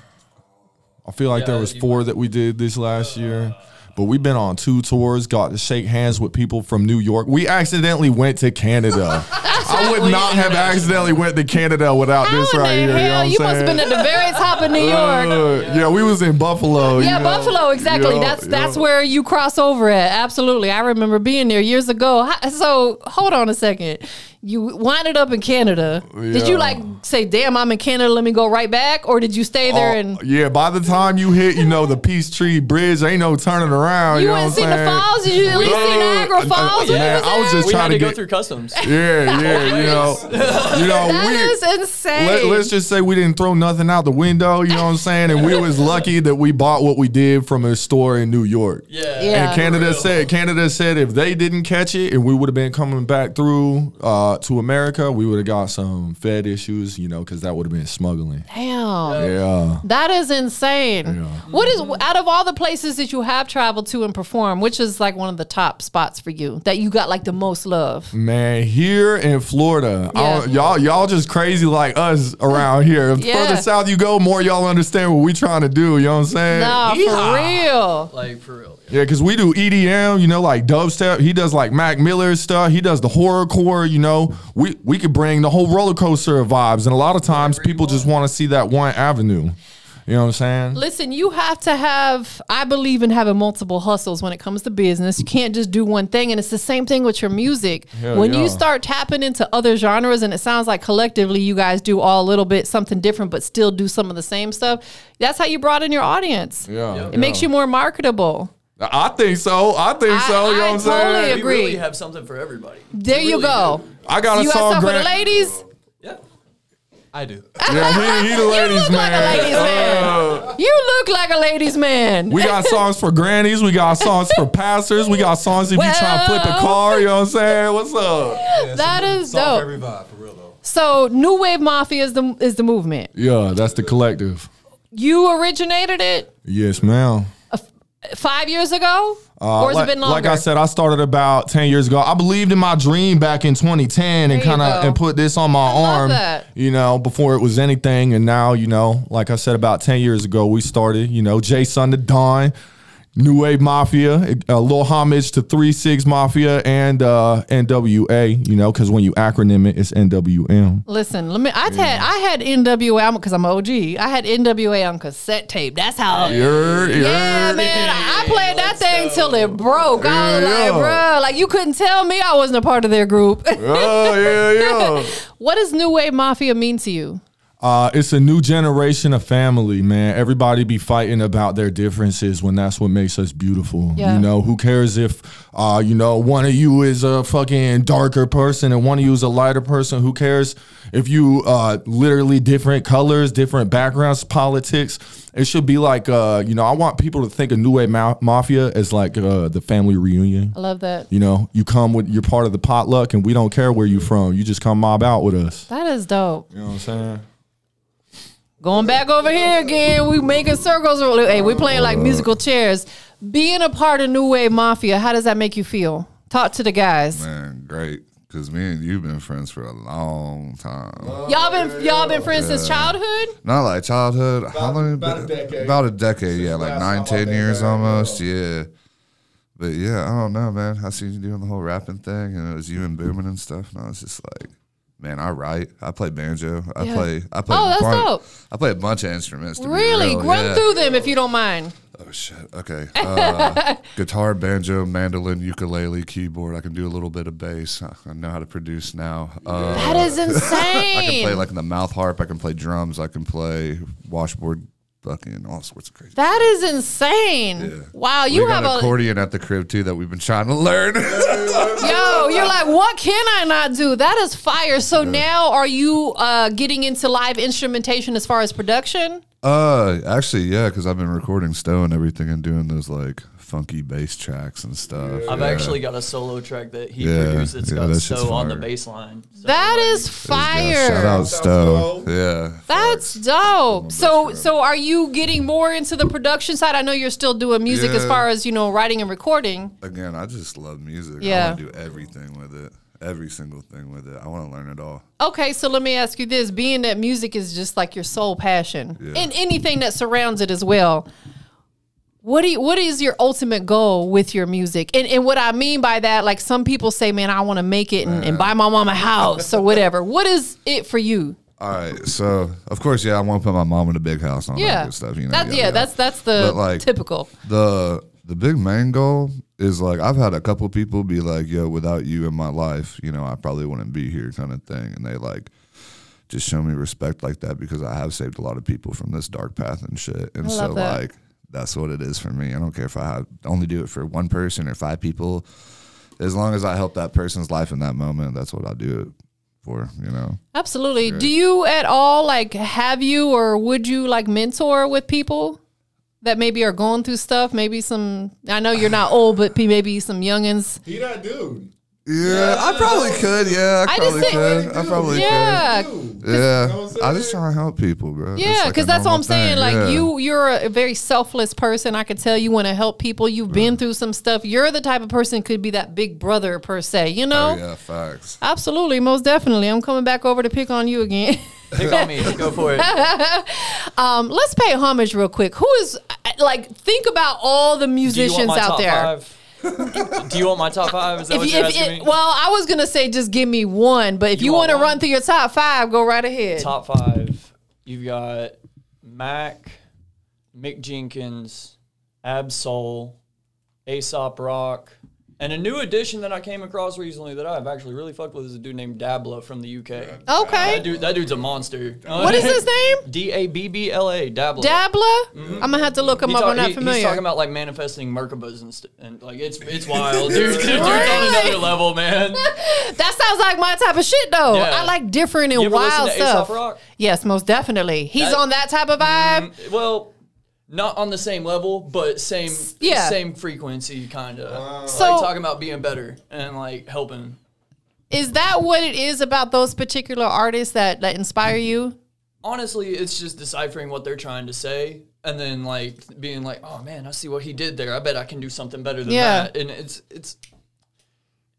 S6: I feel like there was four that we did this last year. But we've
S2: <laughs>
S6: been on two tours, got to shake hands with people from New York. We accidentally went to Canada. I would not have accidentally went to Canada without
S2: How
S6: this
S2: in
S6: right
S2: the
S6: here.
S2: hell?
S6: you
S2: you
S6: know what
S2: must
S6: I'm
S2: have
S6: saying?
S2: been at the
S6: <laughs>
S2: very top of New York.
S6: Uh, yeah, we was in Buffalo.
S2: Yeah,
S6: you know.
S2: Buffalo, exactly.
S6: Yeah,
S2: that's that's
S6: yeah.
S2: where you cross over at. Absolutely, I remember being there years ago. Hi- So hold on a second. You winded up in Canada. Did you
S6: Yeah.
S2: like say, "Damn, I'm in Canada. Let me go right back," or did you stay there
S6: Oh,
S2: and
S6: yeah, by the time you hit, you know, the Peace Tree Bridge, ain't no turning around.
S2: you
S6: You, know
S2: wouldn't
S6: what
S2: see
S6: I'm
S2: the
S6: saying?
S2: falls? Did you at least see Niagara
S6: Uh, uh,
S2: Falls? when you
S6: man, I was just
S5: we had
S6: trying
S5: to
S6: to
S5: go
S6: get.
S2: <laughs>
S5: through customs.
S6: Yeah, yeah, you know, you know,
S2: That
S6: we,
S2: is insane.
S6: Let, us just say we didn't throw nothing out the window, you know what I'm saying? And we <laughs> was lucky that we bought what we did from a store in New York.
S5: Yeah.
S2: Yeah.
S6: And Canada
S5: Real.
S6: said Canada said if they didn't catch it and we would have been coming back through uh, to America, we would have got some Fed issues, you know, because that would have been smuggling.
S2: Damn.
S6: Yeah.
S2: That is insane. What is out of all the places that you have traveled to and performed, which is like one of the top spots for you that you got like the most love?
S6: Man, here in Florida, I
S2: Yeah.
S6: don't- y'all y'all just crazy like us around here.
S2: <laughs>
S6: The
S2: Yeah.
S6: Further south you go, more y'all understand what we trying to do. You know what I'm saying?
S2: No, for real.
S5: Like for real.
S6: Yeah, because we do EDM, you know, like dubstep. He does like Mac Miller stuff. He does the horrorcore, you know. We we could bring the whole roller coaster of vibes, and a lot of times people just want to see that one avenue. You know what I'm saying?
S2: Listen, you have to have, I believe in having multiple hustles when it comes to business. You can't just do one thing. And it's the same thing with your music.
S6: Hell
S2: when
S6: yeah.
S2: you start tapping into other genres, and it sounds like collectively you guys do all a little bit something different, but still do some of the same stuff, that's how you brought in your audience.
S6: Yeah,
S2: It makes you more marketable.
S6: I think so. I think
S2: I-
S6: so. You know
S2: I
S6: what I'm saying?
S2: totally
S5: We
S2: agree.
S5: really have something for everybody.
S2: There you go.
S6: I got a
S2: You got
S6: song.
S2: something for
S6: Grant.
S2: the ladies?
S5: Yeah.
S3: I do.
S2: <laughs>
S6: Yeah, he, he the ladies
S2: look like
S6: man.
S2: a ladies man.
S6: Uh,
S2: You look like a ladies' man.
S6: we got songs for grannies. We got songs for pastors. We got songs if you try to flip
S2: <laughs>
S6: a
S2: Well.
S6: car. You know what I'm saying? What's
S2: <laughs>
S6: up?
S2: that is
S3: Song for
S2: dope.
S3: every vibe, for real though.
S2: So, New Wave Mafia is the is the movement.
S6: Yeah, that's the collective.
S2: You originated it
S6: Yes, ma'am.
S2: five years ago,
S6: Uh,
S2: or has
S6: like,
S2: it been longer?
S6: like I said, I started about ten years ago. I believed in my dream back in 2010, and
S2: There you
S6: kind of
S2: go.
S6: and put this on my
S2: love
S6: arm.
S2: that.
S6: You know, before it was anything, and now you know, like I said, about ten years ago, we started. You know, Jay Sun to Dawn, New Wave Mafia, a little homage to Three Six Mafia and uh, NWA. You know, because when you acronym it,
S2: <laughs>
S6: it's NWM.
S2: Listen, let me. I had I had NWA because I'm OG. I had NWA on cassette tape. That's how. Yeah.
S6: Yer, yer.
S2: man, I played that thing till it broke. I was
S6: Yeah.
S2: like, bruh, like you couldn't tell me I wasn't a part of their group. <laughs>
S6: Oh yeah, yeah.
S2: what does New Wave Mafia mean to you?
S6: Uh, it's a new generation of family, man. Everybody be fighting about their differences when that's what makes us beautiful.
S2: Yeah.
S6: You know, who cares if, uh, you know, one of you is a fucking darker person and one of you is a lighter person? Who cares if you uh, literally different colors, different backgrounds, politics? It should be like, uh, you know, I want people to think of New Wave Ma- Mafia as like uh, the family reunion.
S2: I love that.
S6: You know, you come with, you're part of the potluck and we don't care where you from. You just come mob out with us.
S2: That is dope.
S6: You know what I'm saying?
S2: Going back over here again, we making circles. Hey, we playing like musical chairs. Being a part of New Wave Mafia, how does that make you feel? Talk to the guys.
S4: Man, great. Cause me and you've been friends for a long time.
S2: Y'all been y'all been friends since childhood.
S4: Not like childhood. How long?
S6: about a decade.
S4: About a decade, yeah,
S6: last
S4: like
S6: time
S4: nine,
S6: I
S4: ten
S6: been
S4: years
S6: back,
S4: almost, yeah. But yeah, I don't know, man. I seen you doing the whole rapping thing, and it was you and Booming and stuff, and I was just like, man, I write, I play banjo, I
S2: Yeah.
S4: play, I play.
S2: Oh, that's
S4: bunch,
S2: dope.
S4: I play a bunch of instruments. To
S2: Really,
S4: be real,
S2: run
S4: yeah.
S2: through them if you don't mind.
S4: Oh shit. Okay.
S2: <laughs>
S4: Uh, guitar, banjo, mandolin, ukulele, keyboard. I can do a little bit of bass. I I know how to produce now. Uh,
S2: That is
S4: <laughs> I can play
S2: insane.
S4: like the mouth harp. I can play drums. I can play washboard, fucking all sorts of crazy.
S2: That is insane. Wow, you
S4: we
S2: have
S4: got an
S2: a
S4: accordion at the crib too that we've been trying to learn. <laughs>
S2: yo. You're like, what can I not do? That is fire. So now, are you uh, getting into live instrumentation as far as production?
S4: uh, actually, yeah, because I've been recording Stowe and everything and doing those like funky bass tracks and stuff.
S5: I've
S4: Yeah.
S5: actually got a solo track that he
S4: Yeah,
S5: produced that's
S4: yeah,
S5: got
S4: that shit's
S5: so on the
S4: fire.
S5: bass line. So
S2: That is fire.
S4: Yeah, shout out Stowe. Yeah.
S2: That's dope. So so are you getting more into the production side? I know you're still doing music as
S4: Yeah.
S2: far as, you know, writing and recording.
S4: Again, I just love music.
S2: Yeah.
S4: I want to do everything with it. Every single thing with it. I want to learn it all.
S2: Okay, so let me ask you this, being that music is just like your sole passion and anything that surrounds it as well. What do you, what is your ultimate goal with your music? And and what I mean by that, like some people say, man, I want to make it and, and buy my mom a house or whatever. What is it for you?
S4: All right, so of course, yeah, I want to put my mom in a big house and all that
S2: Yeah,
S4: good stuff. You know,
S2: That-
S4: yada,
S2: yeah,
S4: yada.
S2: that's that's the
S4: But, like,
S2: typical.
S4: the the big main goal is like I've had a couple people be like, "Yo, without you in my life, you know, I probably wouldn't be here," kind of thing, and they like just show me respect like that because I have saved a lot of people from this dark path and shit, and
S2: I
S4: so
S2: love that.
S4: like that's what it is for me. I don't care if I have, only do it for one person or five people, as long as I help that person's life in that moment. That's what I do it for, you know.
S2: Absolutely. Do you at all like have you or would you like mentor with people that maybe are going through stuff? Maybe some I know you're not old, but p- maybe some youngins.
S6: He that dude.
S4: Yeah, I probably could. Yeah, I,
S2: I just
S4: probably
S2: think-
S4: could. I probably could.
S2: Yeah.
S4: Yeah, I just try to help people, bro. It's
S2: Yeah,
S4: like
S2: because
S4: a
S2: that's what I'm
S4: normal
S2: saying.
S4: thing,
S2: Like
S4: yeah.
S2: you, you're a very selfless person. I could tell you want to help people. You've been through some stuff. You're the type of person could be that big brother per se. You know,
S4: Oh, yeah, facts.
S2: absolutely, most definitely. I'm coming back over to pick on you again. <laughs>
S5: Pick on me. Go for it.
S2: um, let's pay homage real quick. Who is I- like? Think about all the
S5: Do you want
S2: musicians
S5: my
S2: out
S5: top
S2: there. <laughs>
S5: five? Do you want my top five? Is that
S2: If
S5: what
S2: you,
S5: you're
S2: if
S5: asking
S2: it,
S5: me?
S2: well, I was gonna say just give me one, but if you,
S5: You
S2: want
S5: want
S2: to
S5: one?
S2: run through your top five, go right ahead.
S5: top five. You've got Mac, Mick Jenkins, Absol, Aesop Rock, and a new addition that I came across recently that I've actually really fucked with is a dude named Dabla from the UK.
S2: Okay,
S5: That dude, that dude's a monster. Uh,
S2: what is
S5: <laughs>
S2: his name?
S5: D A B B L A Dabla.
S2: Dabla. I'm gonna have to look him
S5: Mm-hmm.
S2: up.
S5: He talk-
S2: I'm not
S5: he-
S2: familiar.
S5: He's talking about like manifesting Merkabas and, st- and like it's it's wild, dude. Dude's on another
S2: <laughs>
S5: level, man.
S2: That sounds like my type of shit, though.
S5: Yeah.
S2: I like different and
S5: You ever listen
S2: wild
S5: to Aesop
S2: stuff.
S5: Rock?
S2: Yes, most definitely. He's
S5: That-
S2: on that type of vibe.
S5: Well, not on the same level, but same
S2: yeah.
S5: same frequency kind of. like
S2: So-
S5: talking about being better and like helping. Mm-hmm.
S2: Is that what it is about those particular artists that that
S5: Mm-hmm.
S2: inspire you?
S5: Honestly, it's just deciphering what they're trying to say and then like being like, "Oh man, I see what he did there. I bet I can do something better than
S2: Yeah.
S5: that." And it's it's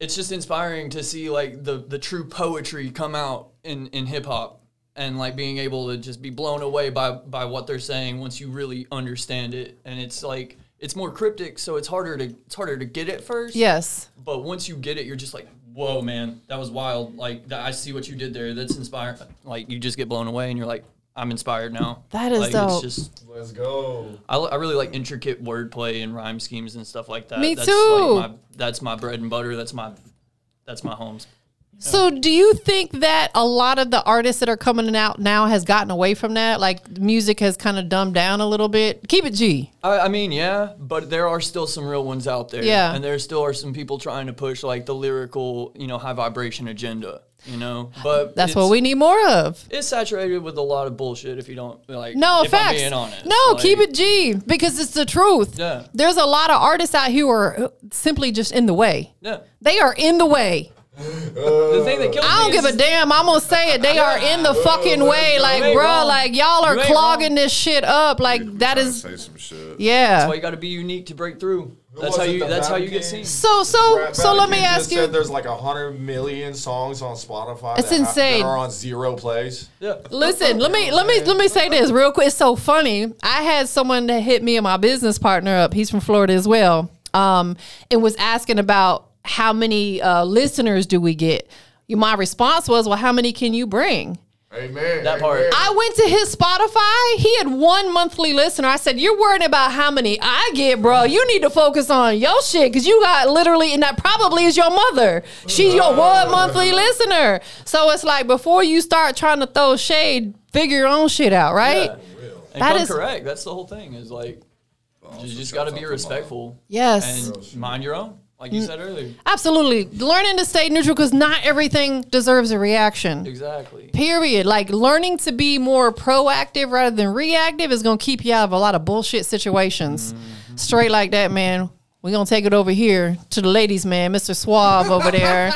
S5: it's just inspiring to see like the the true poetry come out in in hip hop and like being able to just be blown away by by what they're saying once you really understand it and it's like it's more cryptic so it's harder to it's harder to get at first
S2: Yes.
S5: but once you get it you're just like whoa man that was wild like th- i see what you did there that's inspiring like you just get blown away and you're like i'm inspired now
S2: That is
S5: like,
S2: dope.
S5: it's just
S6: Let's go.
S5: I, li- I really like intricate wordplay and rhyme schemes and stuff like that
S2: Me
S5: that's
S2: too.
S5: like my, that's my bread and butter that's my that's my homes
S2: So, do you think that a lot of the artists that are coming out now has gotten away from that? Like, music has kind of dumbed down a little bit. Keep it G.
S5: I, I mean, yeah, but there are still some real ones out there.
S2: Yeah.
S5: And there still are some people trying to push like the lyrical, you know, high vibration agenda, you know? But
S2: That's
S5: it's-
S2: what we need more of.
S5: It's saturated with a lot of bullshit if you don't like.
S2: No,
S5: if
S2: facts.
S5: I'm being honest.
S2: No,
S5: Like,
S2: keep it G because it's the truth.
S5: Yeah.
S2: There's a lot of artists out here who are simply just in the way.
S5: Yeah.
S2: They are in the way.
S5: The thing that kills
S2: I don't
S5: me is
S2: give a damn. I'm gonna say it. They are in the fucking way. Like,
S5: ain't
S2: bruh,
S5: wrong.
S2: like y'all are
S5: You ain't
S2: clogging this shit up. Like that is
S4: say some shit.
S5: why
S2: yeah.
S5: you got to be unique to break through. That's
S6: was
S5: how
S6: it
S5: you.
S6: that
S5: That's how you
S6: Vatican?
S5: get seen.
S2: So so so let me ask you.
S6: there's like a hundred million songs on Spotify.
S2: It's that ha- that insane. are
S6: are on zero plays.
S5: Yeah.
S2: Listen, let me let me let me say this real quick. It's so funny. I had someone that hit me and my business partner up. He's from Florida as well. Um, and was asking about how many uh, listeners do we get. My response was, well, how many can you bring?
S6: Amen.
S5: That part.
S2: I went to his Spotify. He had one monthly listener. I said, "You're worrying about how many I get, bro. You need to focus on your shit because you got literally, and that probably is your mother. She's your one monthly listener. So it's like before you start trying to throw shade, figure your own shit out, right?
S5: And
S2: That
S5: come
S2: is-
S5: correct. That's the whole thing. Is like, you just got to be respectful
S2: Yes,
S5: and mind your own. Like
S2: Mm.
S5: you said earlier.
S2: absolutely. Learning to stay neutral because not everything deserves a reaction.
S5: Exactly.
S2: Period. Like learning to be more proactive rather than reactive is gonna keep you out of a lot of bullshit situations.
S3: Mm-hmm.
S2: Straight like that, man. We're gonna take it over here to the ladies, man. Mr. Suave over
S3: <laughs>
S2: there.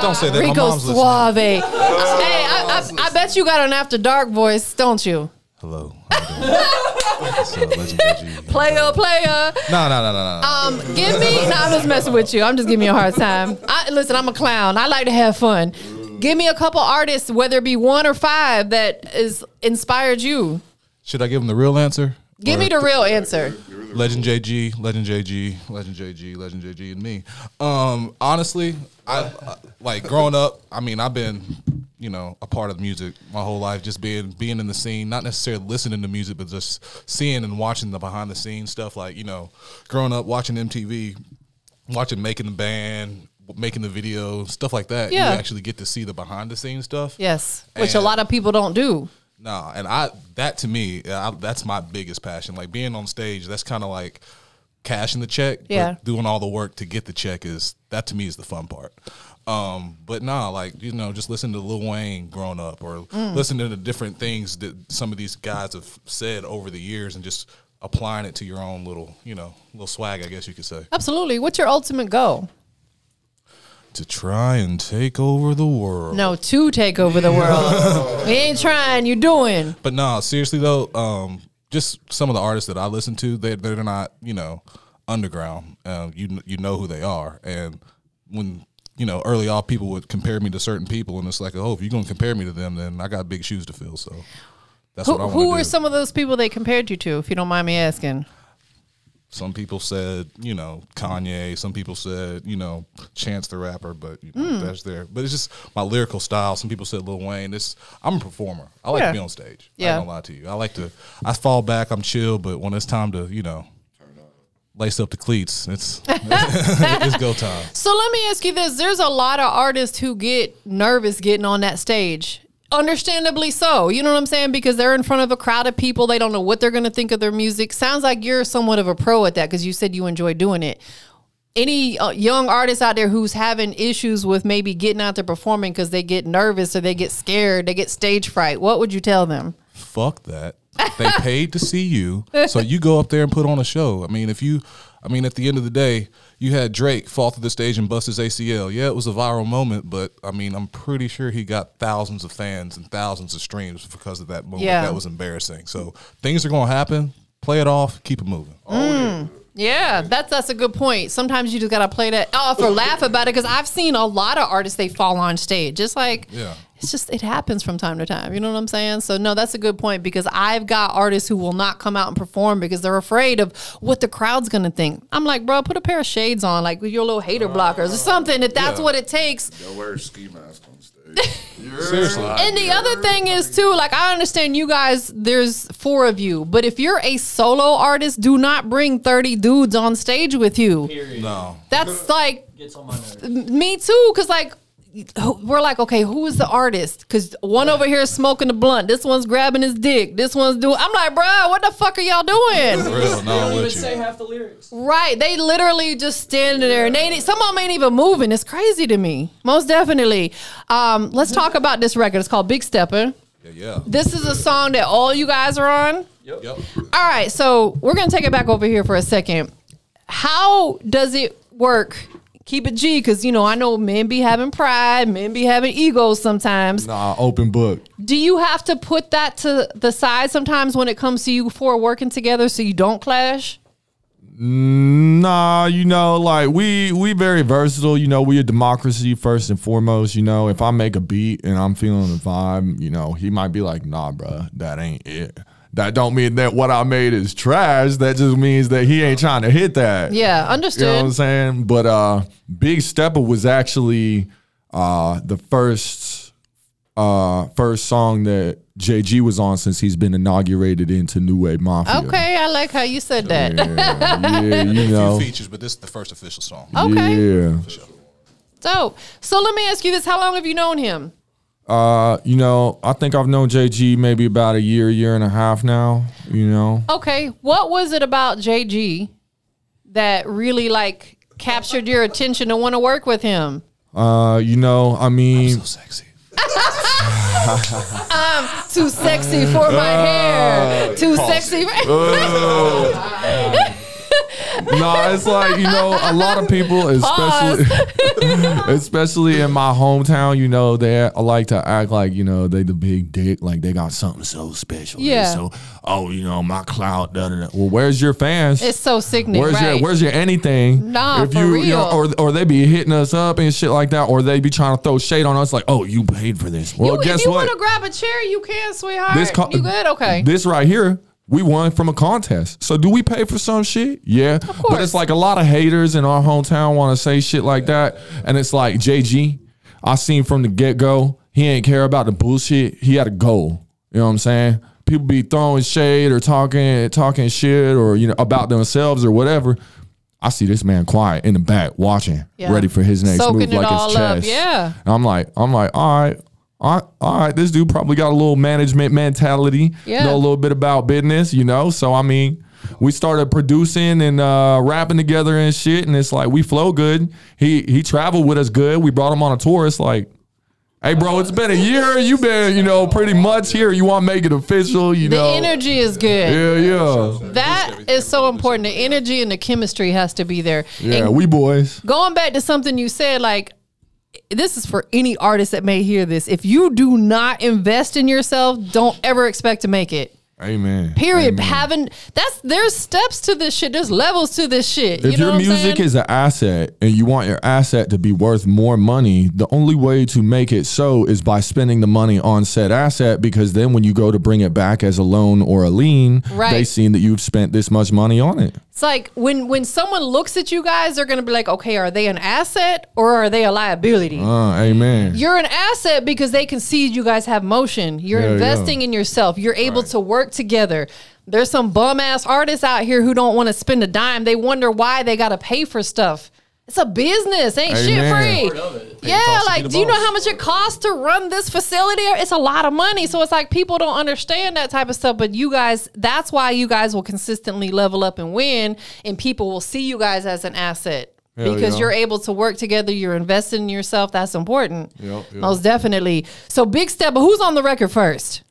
S3: Don't say that. my
S2: Rico
S3: mom's listening. <laughs>
S2: Suave. hey, I, I, I bet you got an after dark voice, don't you?
S3: Hello. how you doing? <laughs> So, Legendary G.
S2: <laughs> Player, player.
S3: No, no, no, no, no.
S2: Um, give me.
S3: <laughs>
S2: No, I'm just messing with you. I'm just giving you a hard time. I, listen, I'm a clown. I like to have fun. Give me a couple artists, whether it be one or five, that is inspired you.
S3: Should I give him the real answer?
S2: Give me the real answer.
S3: real Legend JG, Legend JG, Legend JG, Legend JG, and me. Um, honestly, I I- like growing up. I mean, I've been, you know, a part of music my whole life. Just being being in the scene, not necessarily listening to music, but just seeing and watching the behind the scenes stuff. Like you know, growing up watching MTV, watching making the band, making the video, stuff like that.
S2: Yeah.
S3: You actually get to see the behind the scenes stuff.
S2: Yes, which a
S3: And-
S2: lot of people don't do.
S3: Nah, and I that to me, I, that's my biggest passion. Like being on stage, that's kind of like cashing the check. but
S2: Yeah.
S3: doing all the work to get the check is that to me is the fun part. Um, but nah, like you know, just listen to Lil Wayne growing up, or listen to the different things that some of these guys have said over the years, and just applying it to your own little, you know, little swag, I guess you could say.
S2: Absolutely. What's your ultimate goal?
S3: To try and take over the world.
S2: No, to take over the
S3: <laughs>
S2: world. you ain't trying, you doing.
S3: But no, seriously though, um, just some of the artists that I listen to, they they're not you know underground. Um, you kn- you know who they are, and when you know early on, people would compare me to certain people, and it's like, oh, if you're gonna compare me to them, then I got big shoes to fill. So that's
S2: Who,
S3: what I
S2: who
S3: want to
S2: were
S3: do.
S2: some of those people they compared you to, if you don't mind me asking?
S3: some people said, you know, Kanye. Some people said, you know, Chance the Rapper, but you
S2: Mm.
S3: know, that's there. But it's just my lyrical style. Some people said Lil Wayne. This I'm a performer. I like
S2: Yeah.
S3: to be on stage. I
S2: Yeah.
S3: ain't gonna lie to you. I like to. I fall back. I'm chill. But when it's time to, you know, lace up the cleats, it's <laughs> it's go time.
S2: So let me ask you this there's a lot of artists who get nervous getting on that stage. Understandably so. You know what I'm saying? Because they're in front of a crowd of people. They don't know what they're going to think of their music. Sounds like you're somewhat of a pro at that because you said you enjoy doing it. Any uh, young artist out there who's having issues with maybe getting out there performing because they get nervous or they get scared, they get stage fright, what would you tell them?
S3: fuck that. They paid to see you, so you go up there and put on a show. I mean, if you, I mean, at the end of the day, you had Drake fall through the stage and bust his ACL. Yeah, it was a viral moment, but I mean, I'm pretty sure he got thousands of fans and thousands of streams because of that moment.
S2: Yeah.
S3: That was embarrassing. So things are gonna happen. Play it off. Keep it moving.
S2: Yeah, that's that's a good point. Sometimes you just gotta play that off or laugh about it because I've seen a lot of artists they fall on stage. Just like
S3: Yeah.
S2: it's just it happens from time to time. You know what I'm saying? So no, that's a good point because I've got artists who will not come out and perform because they're afraid of what the crowd's gonna think. I'm like, bro, put a pair of shades on, like with your little hater blockers or something. If that's what it takes,
S4: Yo, wear a ski mask
S2: <laughs>
S4: on stage.
S3: Seriously.
S2: and the other thing is too, like I understand you guys, there's four of you, but if you're a solo artist, do not bring 30 dudes on stage with you.
S5: Period.
S3: No.
S2: That's like
S5: Gets on my nerves.
S2: me too because like who- we're like okay who is the artist because one over here is smoking the blunt this one's grabbing his dick this one's doing i'm like bruh what the fuck are y'all doing
S3: For real, no,
S5: Don't
S3: I'm
S5: even
S3: with you.
S5: say half the lyrics.
S2: right they literally just standing there and they ain't- some of them ain't even moving it's crazy to me most definitely um, let's talk about this record it's called big stepper
S3: Yeah, yeah.
S2: this is a song that all you guys are on
S5: Yep.
S3: Yep.
S2: all right, so we're gonna take it back over here for a second. How does it work? Keep it G, because you know I know men be having pride, men be having egos sometimes.
S6: Nah, open book.
S2: Do you have to put that to the side sometimes when it comes to you for working together, so you don't clash?
S6: Nah, you know, like we we very versatile. You know, we a democracy first and foremost. You know, if I make a beat and I'm feeling the vibe, you know, he might be like, "Nah, bruh, that ain't it." That don't mean that what I made is trash. That just means that he ain't trying to hit that.
S2: Yeah,
S6: You know what I'm
S2: understood.
S6: saying? But uh Big Stepper was actually uh the first uh first song that JG was on since he's been inaugurated into New Wave Mafia.
S2: Okay, I like how you said that. <laughs>
S6: <laughs> Yeah, yeah, you
S3: Few
S6: know.
S3: features, but this is the first official song.
S2: Okay,
S6: Yeah.
S2: so so let me ask you this: How long have you known him?
S6: Uh, you know, I think I've known JG maybe about a year, year and a half now, you know.
S2: Okay, what was it about JG that really like captured your attention to want to work with him?
S6: Uh, you know, I mean,
S3: So sexy.
S2: Too sexy for my
S6: Uh,
S2: hair. Too sexy. For-
S6: no, it's like, you know, a lot of people, especially especially <laughs> in my hometown, you know, they a- like to act like, you know, they the big dick, like they got something so special. They
S2: Yeah.
S6: So, oh, you know, my clout, da, da, da. Well, where's your
S2: <laughs>
S6: fans?
S2: it's so sickening,
S6: Where's
S2: right?
S6: your Where's your anything?
S2: Nah,
S6: if
S2: for
S6: you, you know,
S2: real.
S6: or or they be hitting us up and shit like that, or they be trying to throw shade on us, like, oh, you paid for this. Well,
S2: you,
S6: guess
S2: if you
S6: what?
S2: want to grab a chair, you can, sweetheart.
S6: This co-
S2: you good? Okay.
S6: This right here we won from a contest. So do we pay for some shit? Yeah. But it's like a lot of haters in our hometown want to say shit like that. And it's like, JG, I seen from the get go, he ain't care about the bullshit. He had a goal. You know what I'm saying? People be throwing shade or talking talking shit or you know about themselves or whatever. I see this man quiet in the back watching,
S2: Yeah.
S6: ready for his next
S2: Soaking
S6: move
S2: it
S6: like
S2: all
S6: his
S2: up,
S6: chest.
S2: yeah.
S6: And I'm like, I'm like, all right. All right, all right, this dude probably got a little management mentality,
S2: Yeah.
S6: know a little bit about business, you know. So I mean, we started producing and uh, rapping together and shit, and it's like we flow good. He he traveled with us good. We brought him on a tour. It's like, hey, bro, it's been a year. You've been, you know, pretty much here. You want to make it official, you
S2: The
S6: know?
S2: energy is good.
S6: yeah, yeah,
S2: That is so important. The energy and the chemistry has to be there.
S6: yeah.
S2: And
S6: We boys.
S2: going back to something you said, like this is for any artist that may hear this. If you do not invest in yourself, don't ever expect to make it.
S6: Amen.
S2: Period. Having that's there's steps to this shit. There's levels to this shit.
S6: if
S2: you know
S6: your
S2: what I'm
S6: music
S2: saying?
S6: is an asset and you want your asset to be worth more money, the only way to make it so is by spending the money on said asset because then when you go to bring it back as a loan or a lien, they
S2: Right.
S6: seen that you've spent this much money on it.
S2: It's like when when someone looks at you guys, they're gonna be like, okay, are they an asset or are they a liability?
S6: Uh, amen.
S2: You're an asset because they can see you guys have motion. You're
S6: Yeah,
S2: investing in yourself. You're able to work together. There's some bum ass artists out here who don't want to spend a dime. They wonder why they gotta pay for stuff. It's a business. Ain't
S6: Amen.
S2: shit free. Yeah, like, do you know how much it costs to run this facility? It's a lot of money. So it's like people don't understand that type of stuff. But you guys, that's why you guys will consistently level up and win, and people will see you guys as an asset.
S6: Hell
S2: because
S6: yeah.
S2: you're able to work together, you're investing in yourself. That's important.
S6: Yep, yep.
S2: Most definitely. So, Big Step, but who's on the record first?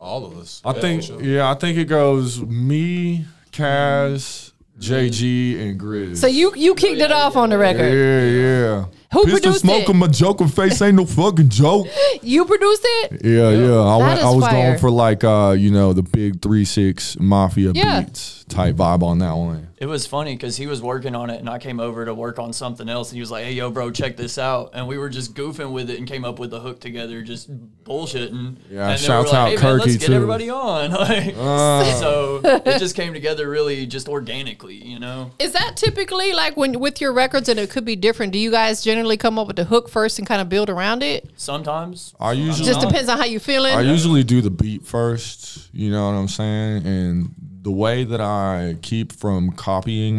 S3: All of us.
S6: I
S3: Yeah,
S6: think
S3: for sure.
S6: yeah, I think it goes me, Kaz, JG, and Grizz.
S2: So, you you kicked it off on the
S6: yeah,
S2: record.
S6: yeah.
S2: Who
S6: Pistol
S2: produced
S6: smoking
S2: it?
S6: my joker face ain't no fucking joke.
S2: You produced it?
S6: Yeah, yeah. I, went,
S2: is
S6: I was
S2: fire.
S6: going for like uh, you know, the big three six mafia
S2: Yeah.
S6: beats type vibe on that one.
S5: It was funny because he was working on it, and I came over to work on something else, and he was like, "Hey, yo, bro, check this out." And we were just goofing with it and came up with the hook together, just bullshitting.
S6: Yeah,
S5: and then we were
S6: shouts out
S5: "Hey, man, let's
S6: Kirky,
S5: get
S6: too." Uh.
S5: everybody on. <laughs> Like, So it just came together really just organically, you know.
S2: Is that typically like when with your records and it could be different? Do you guys generally come up with the hook first and kind of build around it?
S5: Sometimes
S6: I usually
S2: Just depends on how you feeling.
S6: I usually do the beat first, you know what I'm saying? And the way that I keep from copying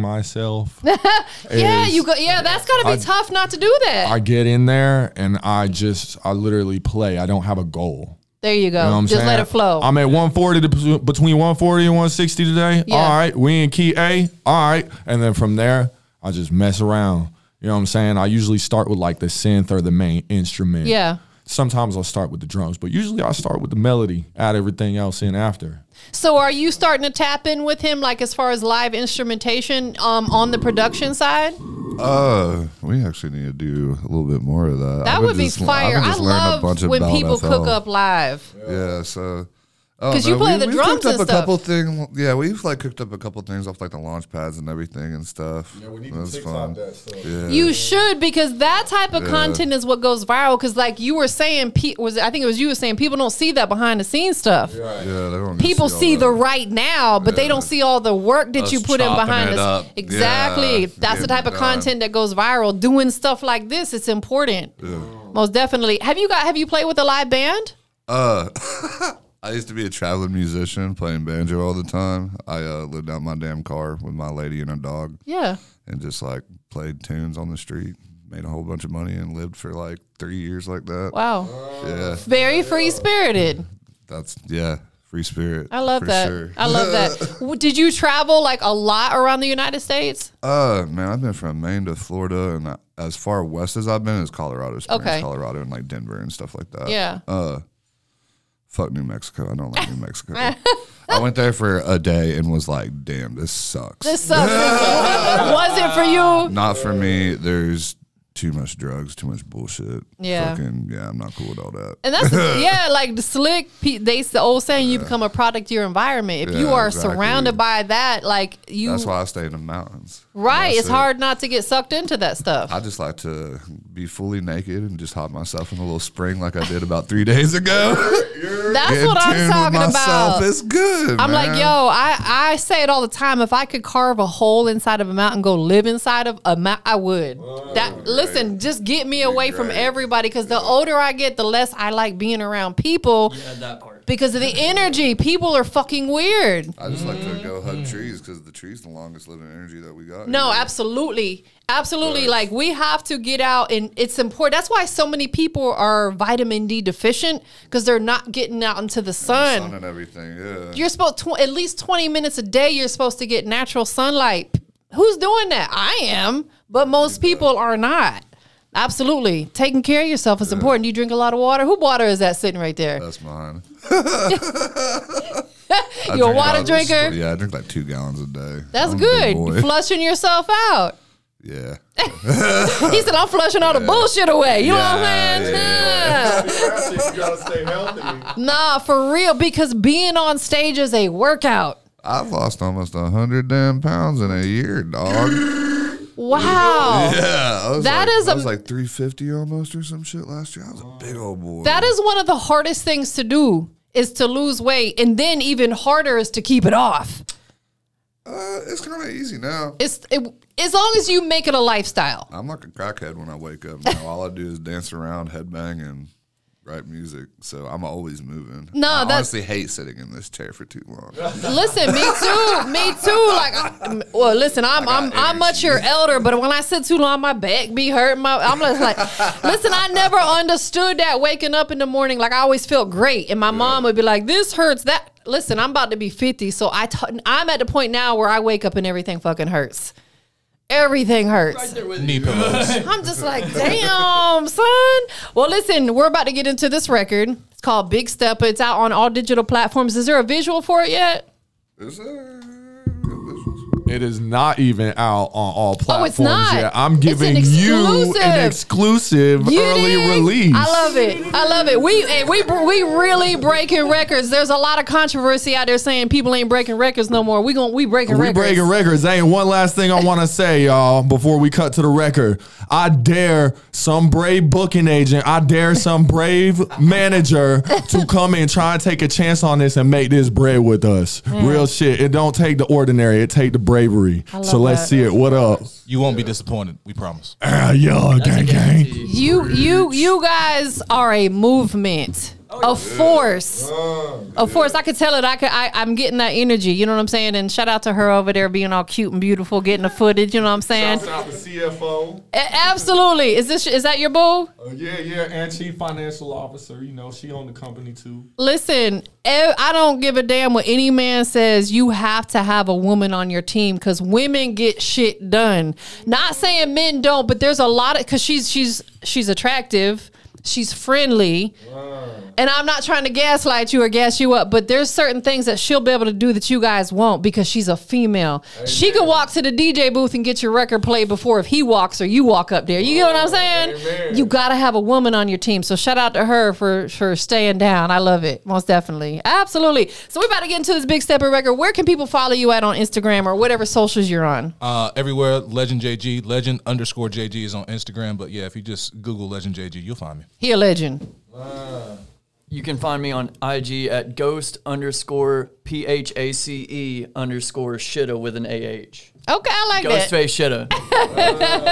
S2: <laughs>
S6: myself
S2: yeah,
S6: is-
S2: you go. Yeah, that's gotta be
S6: I-
S2: tough not to do that.
S6: I get in there and I just I literally play. I don't have a goal.
S2: there you go.
S6: You know what I'm
S2: Just
S6: saying?
S2: let it flow.
S6: I'm at 140 to, between 140 and 160 today.
S2: Yeah.
S6: All right, we in key A. All right, and then from there, I just mess around. You know what I'm saying? I usually start with like the synth or the main instrument.
S2: yeah.
S6: Sometimes I'll start with the drums, but usually I start with the melody. Add everything else in after.
S2: So are you starting to tap in with him, like as far as live instrumentation um, on the production side?
S4: Uh, we actually need to do a little bit more of that.
S2: That
S4: I've
S2: would
S4: been
S2: be
S4: just- I've
S2: fire.
S4: been
S2: I
S4: just learning a
S2: love
S4: bunch
S2: when
S4: about
S2: people
S4: FL.
S2: cook up live.
S4: Yeah, so. oh,
S2: 'Cause
S4: no,
S2: you play the
S4: we,
S2: drums
S4: we cooked up
S2: and
S4: a
S2: stuff.
S4: couple things. Yeah, we've like cooked up a couple things off like the launch pads and everything and stuff. Yeah, we need That's fun. Yeah.
S2: You should because that type of content is what goes viral. Because like you were saying, pe- was I think it was you were saying people don't see that behind the scenes stuff.
S4: yeah, they don't get to
S2: people
S4: all
S2: see
S4: that.
S2: the right now, but they don't see all the work that
S4: Us
S2: you put in
S4: chopping
S2: behind
S4: it
S2: us.
S4: up.
S2: Exactly.
S4: Yeah,
S2: That's the
S4: getting
S2: type of
S4: it done.
S2: content that goes viral. Doing stuff like this, it's important. Most definitely. Have you got have you played with a live band?
S4: I used to be a traveling musician playing banjo all the time. I uh, lived out my damn car with my lady and her dog
S2: Yeah.
S4: and just like played tunes on the street, made a whole bunch of money and lived for like three years like that.
S2: Wow.
S4: Yeah,
S2: Very free spirited.
S4: that's, yeah, free spirit.
S2: I love
S4: for
S2: that.
S4: sure.
S2: I love
S4: <laughs>
S2: that. W- Did you travel like a lot around the United States?
S4: Uh, man, I've been from Maine to Florida and uh, as far west as I've been is Colorado Springs,
S2: Okay.
S4: Colorado and like Denver and stuff like that.
S2: Yeah.
S4: Fuck New Mexico. I don't like New
S2: <laughs>
S4: Mexico. I went there for a day and was like, damn, this sucks.
S2: This
S4: <laughs>
S2: sucks. <laughs> Was it for you?
S4: Not for me. There's too much drugs, too much bullshit.
S2: Yeah.
S4: Fucking, yeah, I'm not cool with all that.
S2: And that's
S4: <laughs>
S2: yeah, like the slick. pe- They the old saying, you become a product of your environment. If you
S4: Yeah,
S2: are
S4: exactly.
S2: surrounded by that, like you,
S4: That's why I stay in the mountains.
S2: right?
S4: That's
S2: It's
S4: it.
S2: hard not to get sucked into that stuff.
S4: I just like to be be fully naked and just hop myself in a little spring like I did about three days ago.
S2: That's
S4: Get in
S2: what
S4: tune
S2: I'm
S4: with
S2: talking
S4: myself.
S2: about.
S4: It's good.
S2: I'm like,
S4: man.
S2: yo, I, I say it all the time. If I could carve a hole inside of a mountain, go live inside of a mountain, I would.
S4: Oh,
S2: that listen, just get me away from everybody because the older I get, the less I like being around people
S5: Yeah, that part.
S2: because of the energy. People are fucking weird.
S4: I just like to go hug trees because the tree's the longest living energy that we got.
S2: Mm. No,
S4: here.
S2: absolutely. Absolutely. Like we have to get out and it's important. That's why so many people are vitamin D deficient because they're not getting out into the sun.
S4: Sun and everything. Yeah.
S2: You're supposed to at least 20 minutes a day you're supposed to get natural sunlight. Who's doing that? I am, but most people are not. Absolutely. Taking care of yourself is important. You drink a lot of water. Who water is that sitting right there? <laughs>
S4: That's mine. <laughs> I
S2: You're a
S4: drink
S2: water
S4: about-
S2: drinker.
S4: Yeah, I drink like two gallons a day.
S2: That's
S4: I'm a
S2: good.
S4: big boy.
S2: You're flushing yourself out.
S4: yeah.
S2: He said, I'm flushing all the bullshit away. You know what I'm saying?
S6: you gotta stay healthy.
S2: Nah, for real, because being on stage is a workout.
S4: I've lost almost a hundred damn pounds in a year, dog.
S2: <laughs> Wow.
S4: <laughs> Yeah, I was
S2: That
S4: like,
S2: is
S4: I
S2: a-
S4: was like 350 almost or some shit last year. I was a big old boy.
S2: That is one of the hardest things to do is to lose weight and then even harder is to keep it off.
S4: uh, it's kind of easy now.
S2: It's it, as long as you make it a lifestyle.
S4: I'm like a crackhead when I wake up. Now. All I do is dance around, headbang, and write music. So I'm always moving.
S2: No,
S4: I
S2: that-
S4: honestly hate sitting in this chair for too long.
S2: Listen, me too. Me too. Like I, well, listen, I'm I'm I'm much your elder, but when I sit too long my back be hurting my I'm just like listen, I never understood that waking up in the morning like I always felt great and my mom would be like this hurts that listen, I'm about to be 50, so I t- I'm at the point now where I wake up and everything fucking hurts. Everything hurts.
S5: Right there with
S3: Knee
S5: you.
S3: pillows.
S2: I'm just like, damn, son. Well, listen, we're about to get into this record. It's called Big Step. It's out on all digital platforms. Is there a visual for it yet?
S4: Is there- is
S6: It is not even out on all platforms
S2: Oh, it's not.
S6: yet. I'm
S2: It's an
S6: giving you an exclusive
S2: You
S6: early
S2: dig?
S6: release.
S2: I love it. I love it. We and we we really breaking records. There's a lot of controversy out there saying people ain't breaking records no more. We gon' we breaking
S6: we
S2: records.
S6: breaking records. Ain't one last thing
S2: <laughs>
S6: I want to say, y'all, before we cut to the record. I dare some brave booking agent, I dare
S2: <laughs>
S6: some brave manager to come and try and take a chance on this and make this bread with us.
S2: Hmm.
S6: Real shit. It don't take the ordinary. It take the bravery.
S2: love
S6: So let's
S2: that.
S6: see it. What up?
S3: You won't be disappointed. We promise.
S6: Ah, yo, gang, gang.
S5: Guarantee.
S2: You you you guys are a movement. A force, a force. I could tell it. I could. I, I'm getting that energy. You know what I'm saying. And shout out to her over there being all cute and beautiful, getting the footage. You know what I'm saying.
S6: CFO.
S2: A- absolutely. Is this is that your boo?
S6: yeah, yeah, and chief financial officer. You know, she owned the company too.
S2: Listen, eh, I don't give a damn what any man says. You have to have a woman on your team because women get shit done. Not saying men don't, but there's a lot of because she's she's she's attractive, she's friendly, and I'm not trying to gaslight you or gas you up, but there's certain things that she'll be able to do that you guys won't because she's a female. She can walk to the DJ booth and get your record played before if he walks or you walk up there. You get what I'm saying? You gotta have a woman on your team. So shout out to her for for staying down. I love it most definitely, absolutely. So we're about to get into this big stepper record. Where can people follow you at on Instagram or whatever socials you're on?
S3: Uh, everywhere, Legend JG, Legend underscore JG is on Instagram. But yeah, if you just Google Legend JG, you'll find me.
S2: He a legend.
S5: You can find me on IG at ghost underscore p h a c e underscore shitta with an a h.
S2: Okay, I like that.
S5: Ghostface shitta.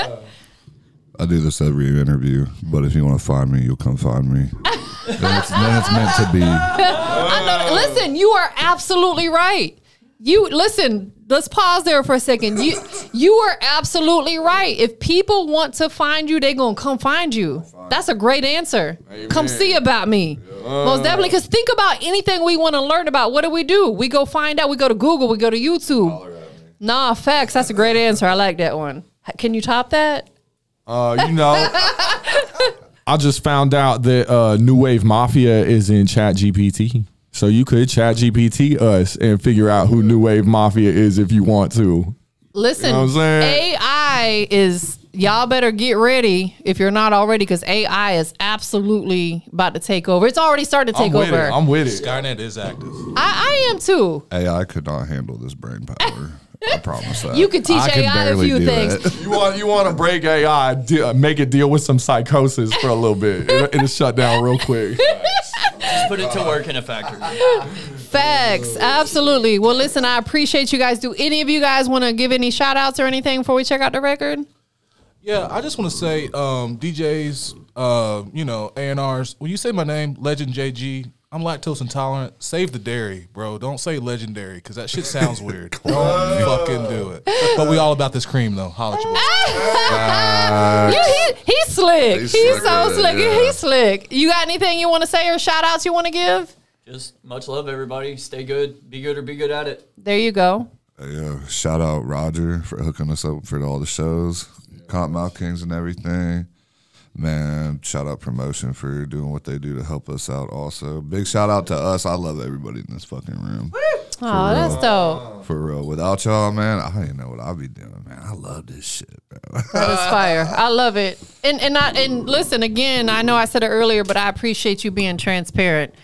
S4: I do this every interview, but if you want to find me, you'll come
S2: <laughs>
S4: find me. then, it's, then it's meant to be.
S2: No, listen, you are absolutely right. You listen. Let's pause there for a second. You you are absolutely right. If people want to find you, they gonna come find you. That's a great answer. Come see about me. Most definitely. Because think about anything we want to learn about. What do we do? We go find out. We go to Google. We go to YouTube. Nah, facts. That's a great answer. I like that one. H- Can you top that?
S6: Uh, you know, I just found out that uh, New Wave Mafia is in Chat GPT. So you could Chat GPT us and figure out who New Wave Mafia is if you want to.
S2: Listen,
S6: what I'm saying?
S2: AI is y'all better get ready if you're not already because AI is absolutely about to take over. It's already starting to take
S6: I'm with
S2: over.
S6: it. I'm with it.
S3: Skynet is active.
S4: Uh,
S2: I, I am too.
S4: AI could not handle this brain power I promise that.
S2: You could teach
S4: I can
S2: AI a
S4: barely
S2: few
S4: do
S2: things.
S4: it.
S6: You want you want to break AI, de- make it deal with some psychosis for a little bit. It'll, it'll shut down real quick.
S5: Just put it to work in a factory.
S2: Facts. Absolutely. Well, listen, I appreciate you guys. Do any of you guys want to give any shout outs or anything before we check out the record?
S3: Yeah, I just want to say, um, DJs, uh, you know, ANRs, when you say my name, Legend JG, I'm lactose intolerant. Save the dairy, bro. Don't say legendary because that shit sounds weird. Don't fucking do it. But we all about this cream, though. Holla at your boy.
S2: <laughs> You, he, he's slick. He's,
S4: He's
S2: so
S4: slick with
S2: slick.
S4: it, yeah.
S2: He's slick. You got anything you want to say or shout outs you want to give?
S5: Just much love, everybody. Stay good, be good, or be good at it.
S2: There you go.
S4: Yeah, shout out Roger for hooking us up for all the shows, Cottonmouth Kings and everything. Man, shout out promotion for doing what they do to help us out. Also, big shout out to us. I love everybody in this fucking room.
S2: Oh, that's dope.
S4: For real, without y'all, man, I don't even know what I'd be doing, man. I love this shit, bro.
S2: That is fire. I love it. And and I and listen again. I know I said it earlier, but I appreciate you being transparent.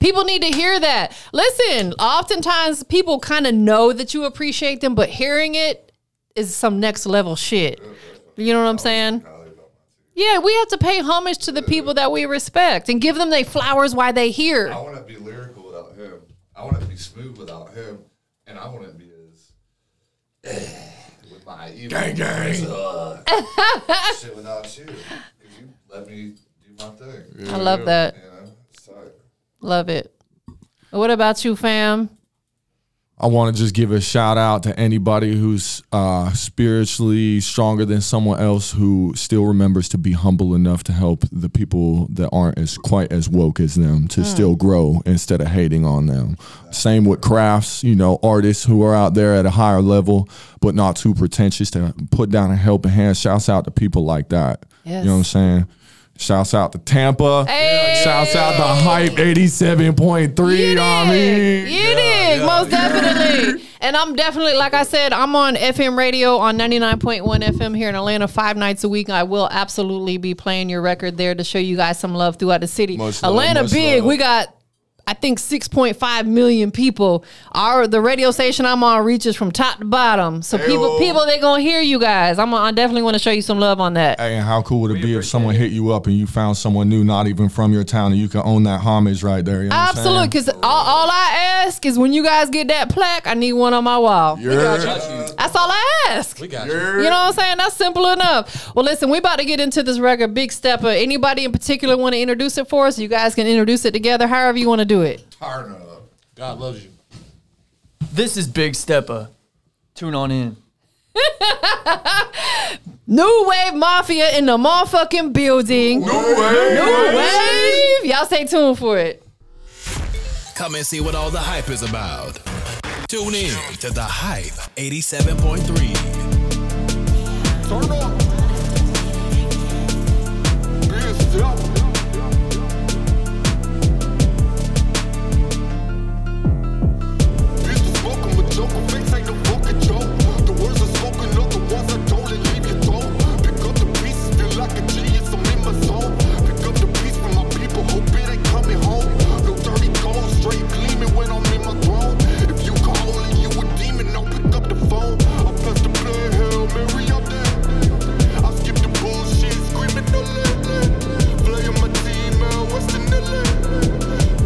S2: People need to hear that. Listen, oftentimes people kind of know that you appreciate them, but hearing it is some next level shit. You know what I'm saying? Yeah, we have to pay homage to the people that we respect and give them their flowers while they here.
S4: I want to be lyrical without him. I want to be smooth without him, and I want to be as <sighs> with my gang gang <laughs> shit without you. Cause you let me do my thing.
S2: I love that.
S4: You know, sorry.
S2: Love it. What about you, fam?
S6: I want to just give a shout out to anybody who's uh, spiritually stronger than someone else who still remembers to be humble enough to help the people that aren't as quite as woke as them
S2: Hmm.
S6: to still grow instead of hating on them. Same with crafts, you know, artists who are out there at a higher level but not too pretentious to put down a helping hand. Shouts out to people like that. You know what I'm
S2: Yes.
S6: saying? Shouts out to Tampa.
S2: Hey.
S6: Shouts out to Hype 87.3. You know what I mean?
S2: You did, most definitely. And I'm definitely, like I said, I'm on FM radio on 99.1 FM here in Atlanta five nights a week. I will absolutely be playing your record there to show you guys some love throughout the city.
S6: Much love,
S2: Atlanta
S6: much
S2: big.
S6: love.
S2: We got. I think 6.5 million people. Our the radio station I'm on reaches from top to bottom. So people
S6: Ayo.
S2: people they gonna hear you guys. I'm I definitely want to show you some love on that.
S6: Hey, and how cool would it be if someone hit you up and you found someone new, not even from your town, and you can own that homage right there? You know what I'm saying?
S2: Absolutely, because all, all I ask is when you guys get that plaque, I need one on my wall.
S5: Got you.
S2: That's all I ask.
S3: We got you.
S2: You know what I'm saying? That's simple enough. Well, listen, we about to get into this record, Big Stepper. Anybody in particular want to introduce it for us? You guys can introduce it together, however you want to do it.
S4: Turn up.
S3: God loves you.
S5: This is Big Steppa. Tune on in.
S2: New Wave Mafia in the motherfucking building. New Wave. Y'all stay tuned for it.
S1: Come and see what all the hype is about. Tune in to The Hype 87.3.
S6: Turn up.
S7: Bitch, the smoke, I'm a joke. A face ain't no fucking joke. The words are spoken, not the ones I told and leave you told. Pick up the pieces, feel like a genius, I'm in my zone. Pick up the piece for my people, hope it ain't coming home. No dirty gold, straight gleaming when I'm in my throne. If you call and you a demon, I'll pick up the phone. I pass the blood, Hail Mary, I'm dead. I skip the bullshit, screaming no let, let. Play on my team, man, what's in the let?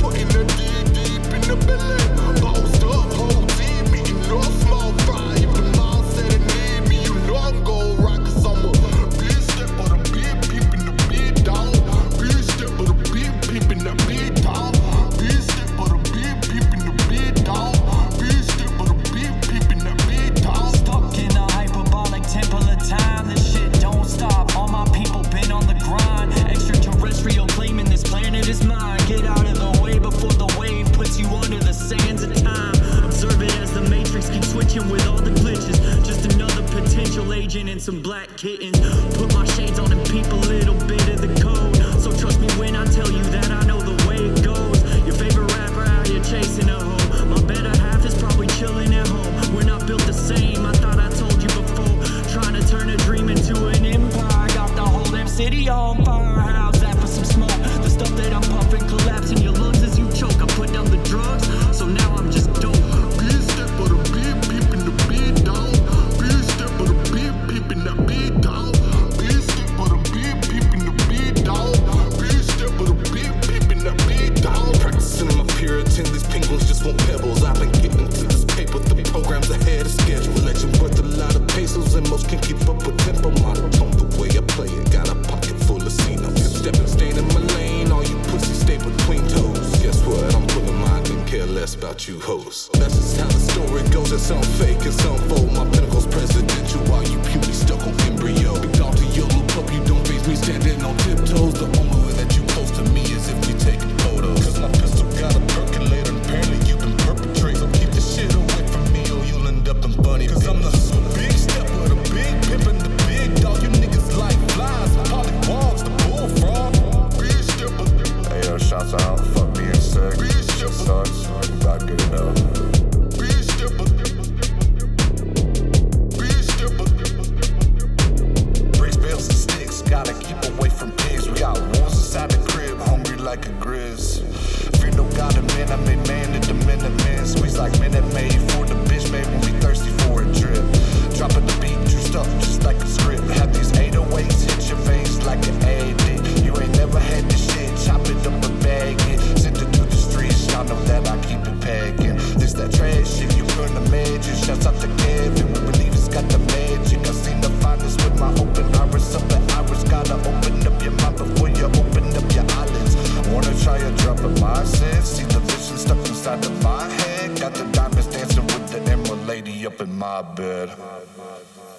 S7: Putting the D deep in the belly. Bossed up, whole team, eating no small fry. If the mom said it need me, you know I'm gon' rock, cause I'm a big step on the big peep in the big dog. Big step on the big peep in the big dog. Big step on the big peep in the big dog. Big step on the big peep in the big dog.
S8: Stuck in a hyperbolic temple of time. This shit don't stop. All my people been on the grind. Extraterrestrial claiming this planet is mine. Get out of the way before the wave puts you under the sands of time. Observe it as the matrix keeps switching with all the glitches. Just another potential agent and some black kittens. Put my shades on and peep a little bit of the code. So trust me when I tell you that I know the way it goes. Your favorite rapper out here chasing a hoe. My better half is probably chilling at home. We're not built the same. I thought I told you before. Trying to turn a dream into an empire. Got the whole damn city on fire. How's that for some smoke? The stuff that I'm puffing collapsing your lungs as you choke. I put down the drugs, so now I'm just.
S9: levels. I've been getting to this paper. The program's ahead of schedule. Legend worth a lot of pesos, and most can keep up with tempo. Monotone the way I play it. Got a pocket full of Cinos. Stepping, staying in my lane. All you pussy stay between toes. Guess what? I'm pulling mine. Couldn't care less about you hoes. That's just how the story goes. It's some fake, it's unfold. My pinnacle's presidential. While you puny stuck on embryo. Big dog to your little pup. You don't face me standing on tiptoes. The only way that you close to me is if we take photos. Cause my pistol got a percolator. and Apparently you can perpetrate. So keep the shit away from me or you'll end up in bunny. Cause I'm the big stepper, the big pimp, and the big dog. You niggas like flies. Polly Boggs, the bullfrog. Big stepper.
S7: Hey yo, shouts out, fuck being sick. Son, you got good enough.
S9: Big stepper. Big stepper.
S7: Bricks, bills, and sticks, gotta keep away from pigs. We got wolves inside the crib, hungry like a grizz. Fear no god of men, I made man into men of men. Squeeze like minute made for the bitch made when we thirsty for a drip. Dropping the beat, juiced up just like a script. Have these 808s hit your veins like an addict. You ain't never had this shit, chop it up and bag it. Send it to the streets, y'all know that I keep it packing. This that trash shit you couldn't imagine. Shouts out to Kevin, we believe it's got the magic. I seen the finest with my open iris, up the iris. Gotta open up your mouth before you open up your eyelids. Wanna try a drop of my sense? See the vision stuck inside of my head. Got the diamonds dancing with the emerald lady up in my bed.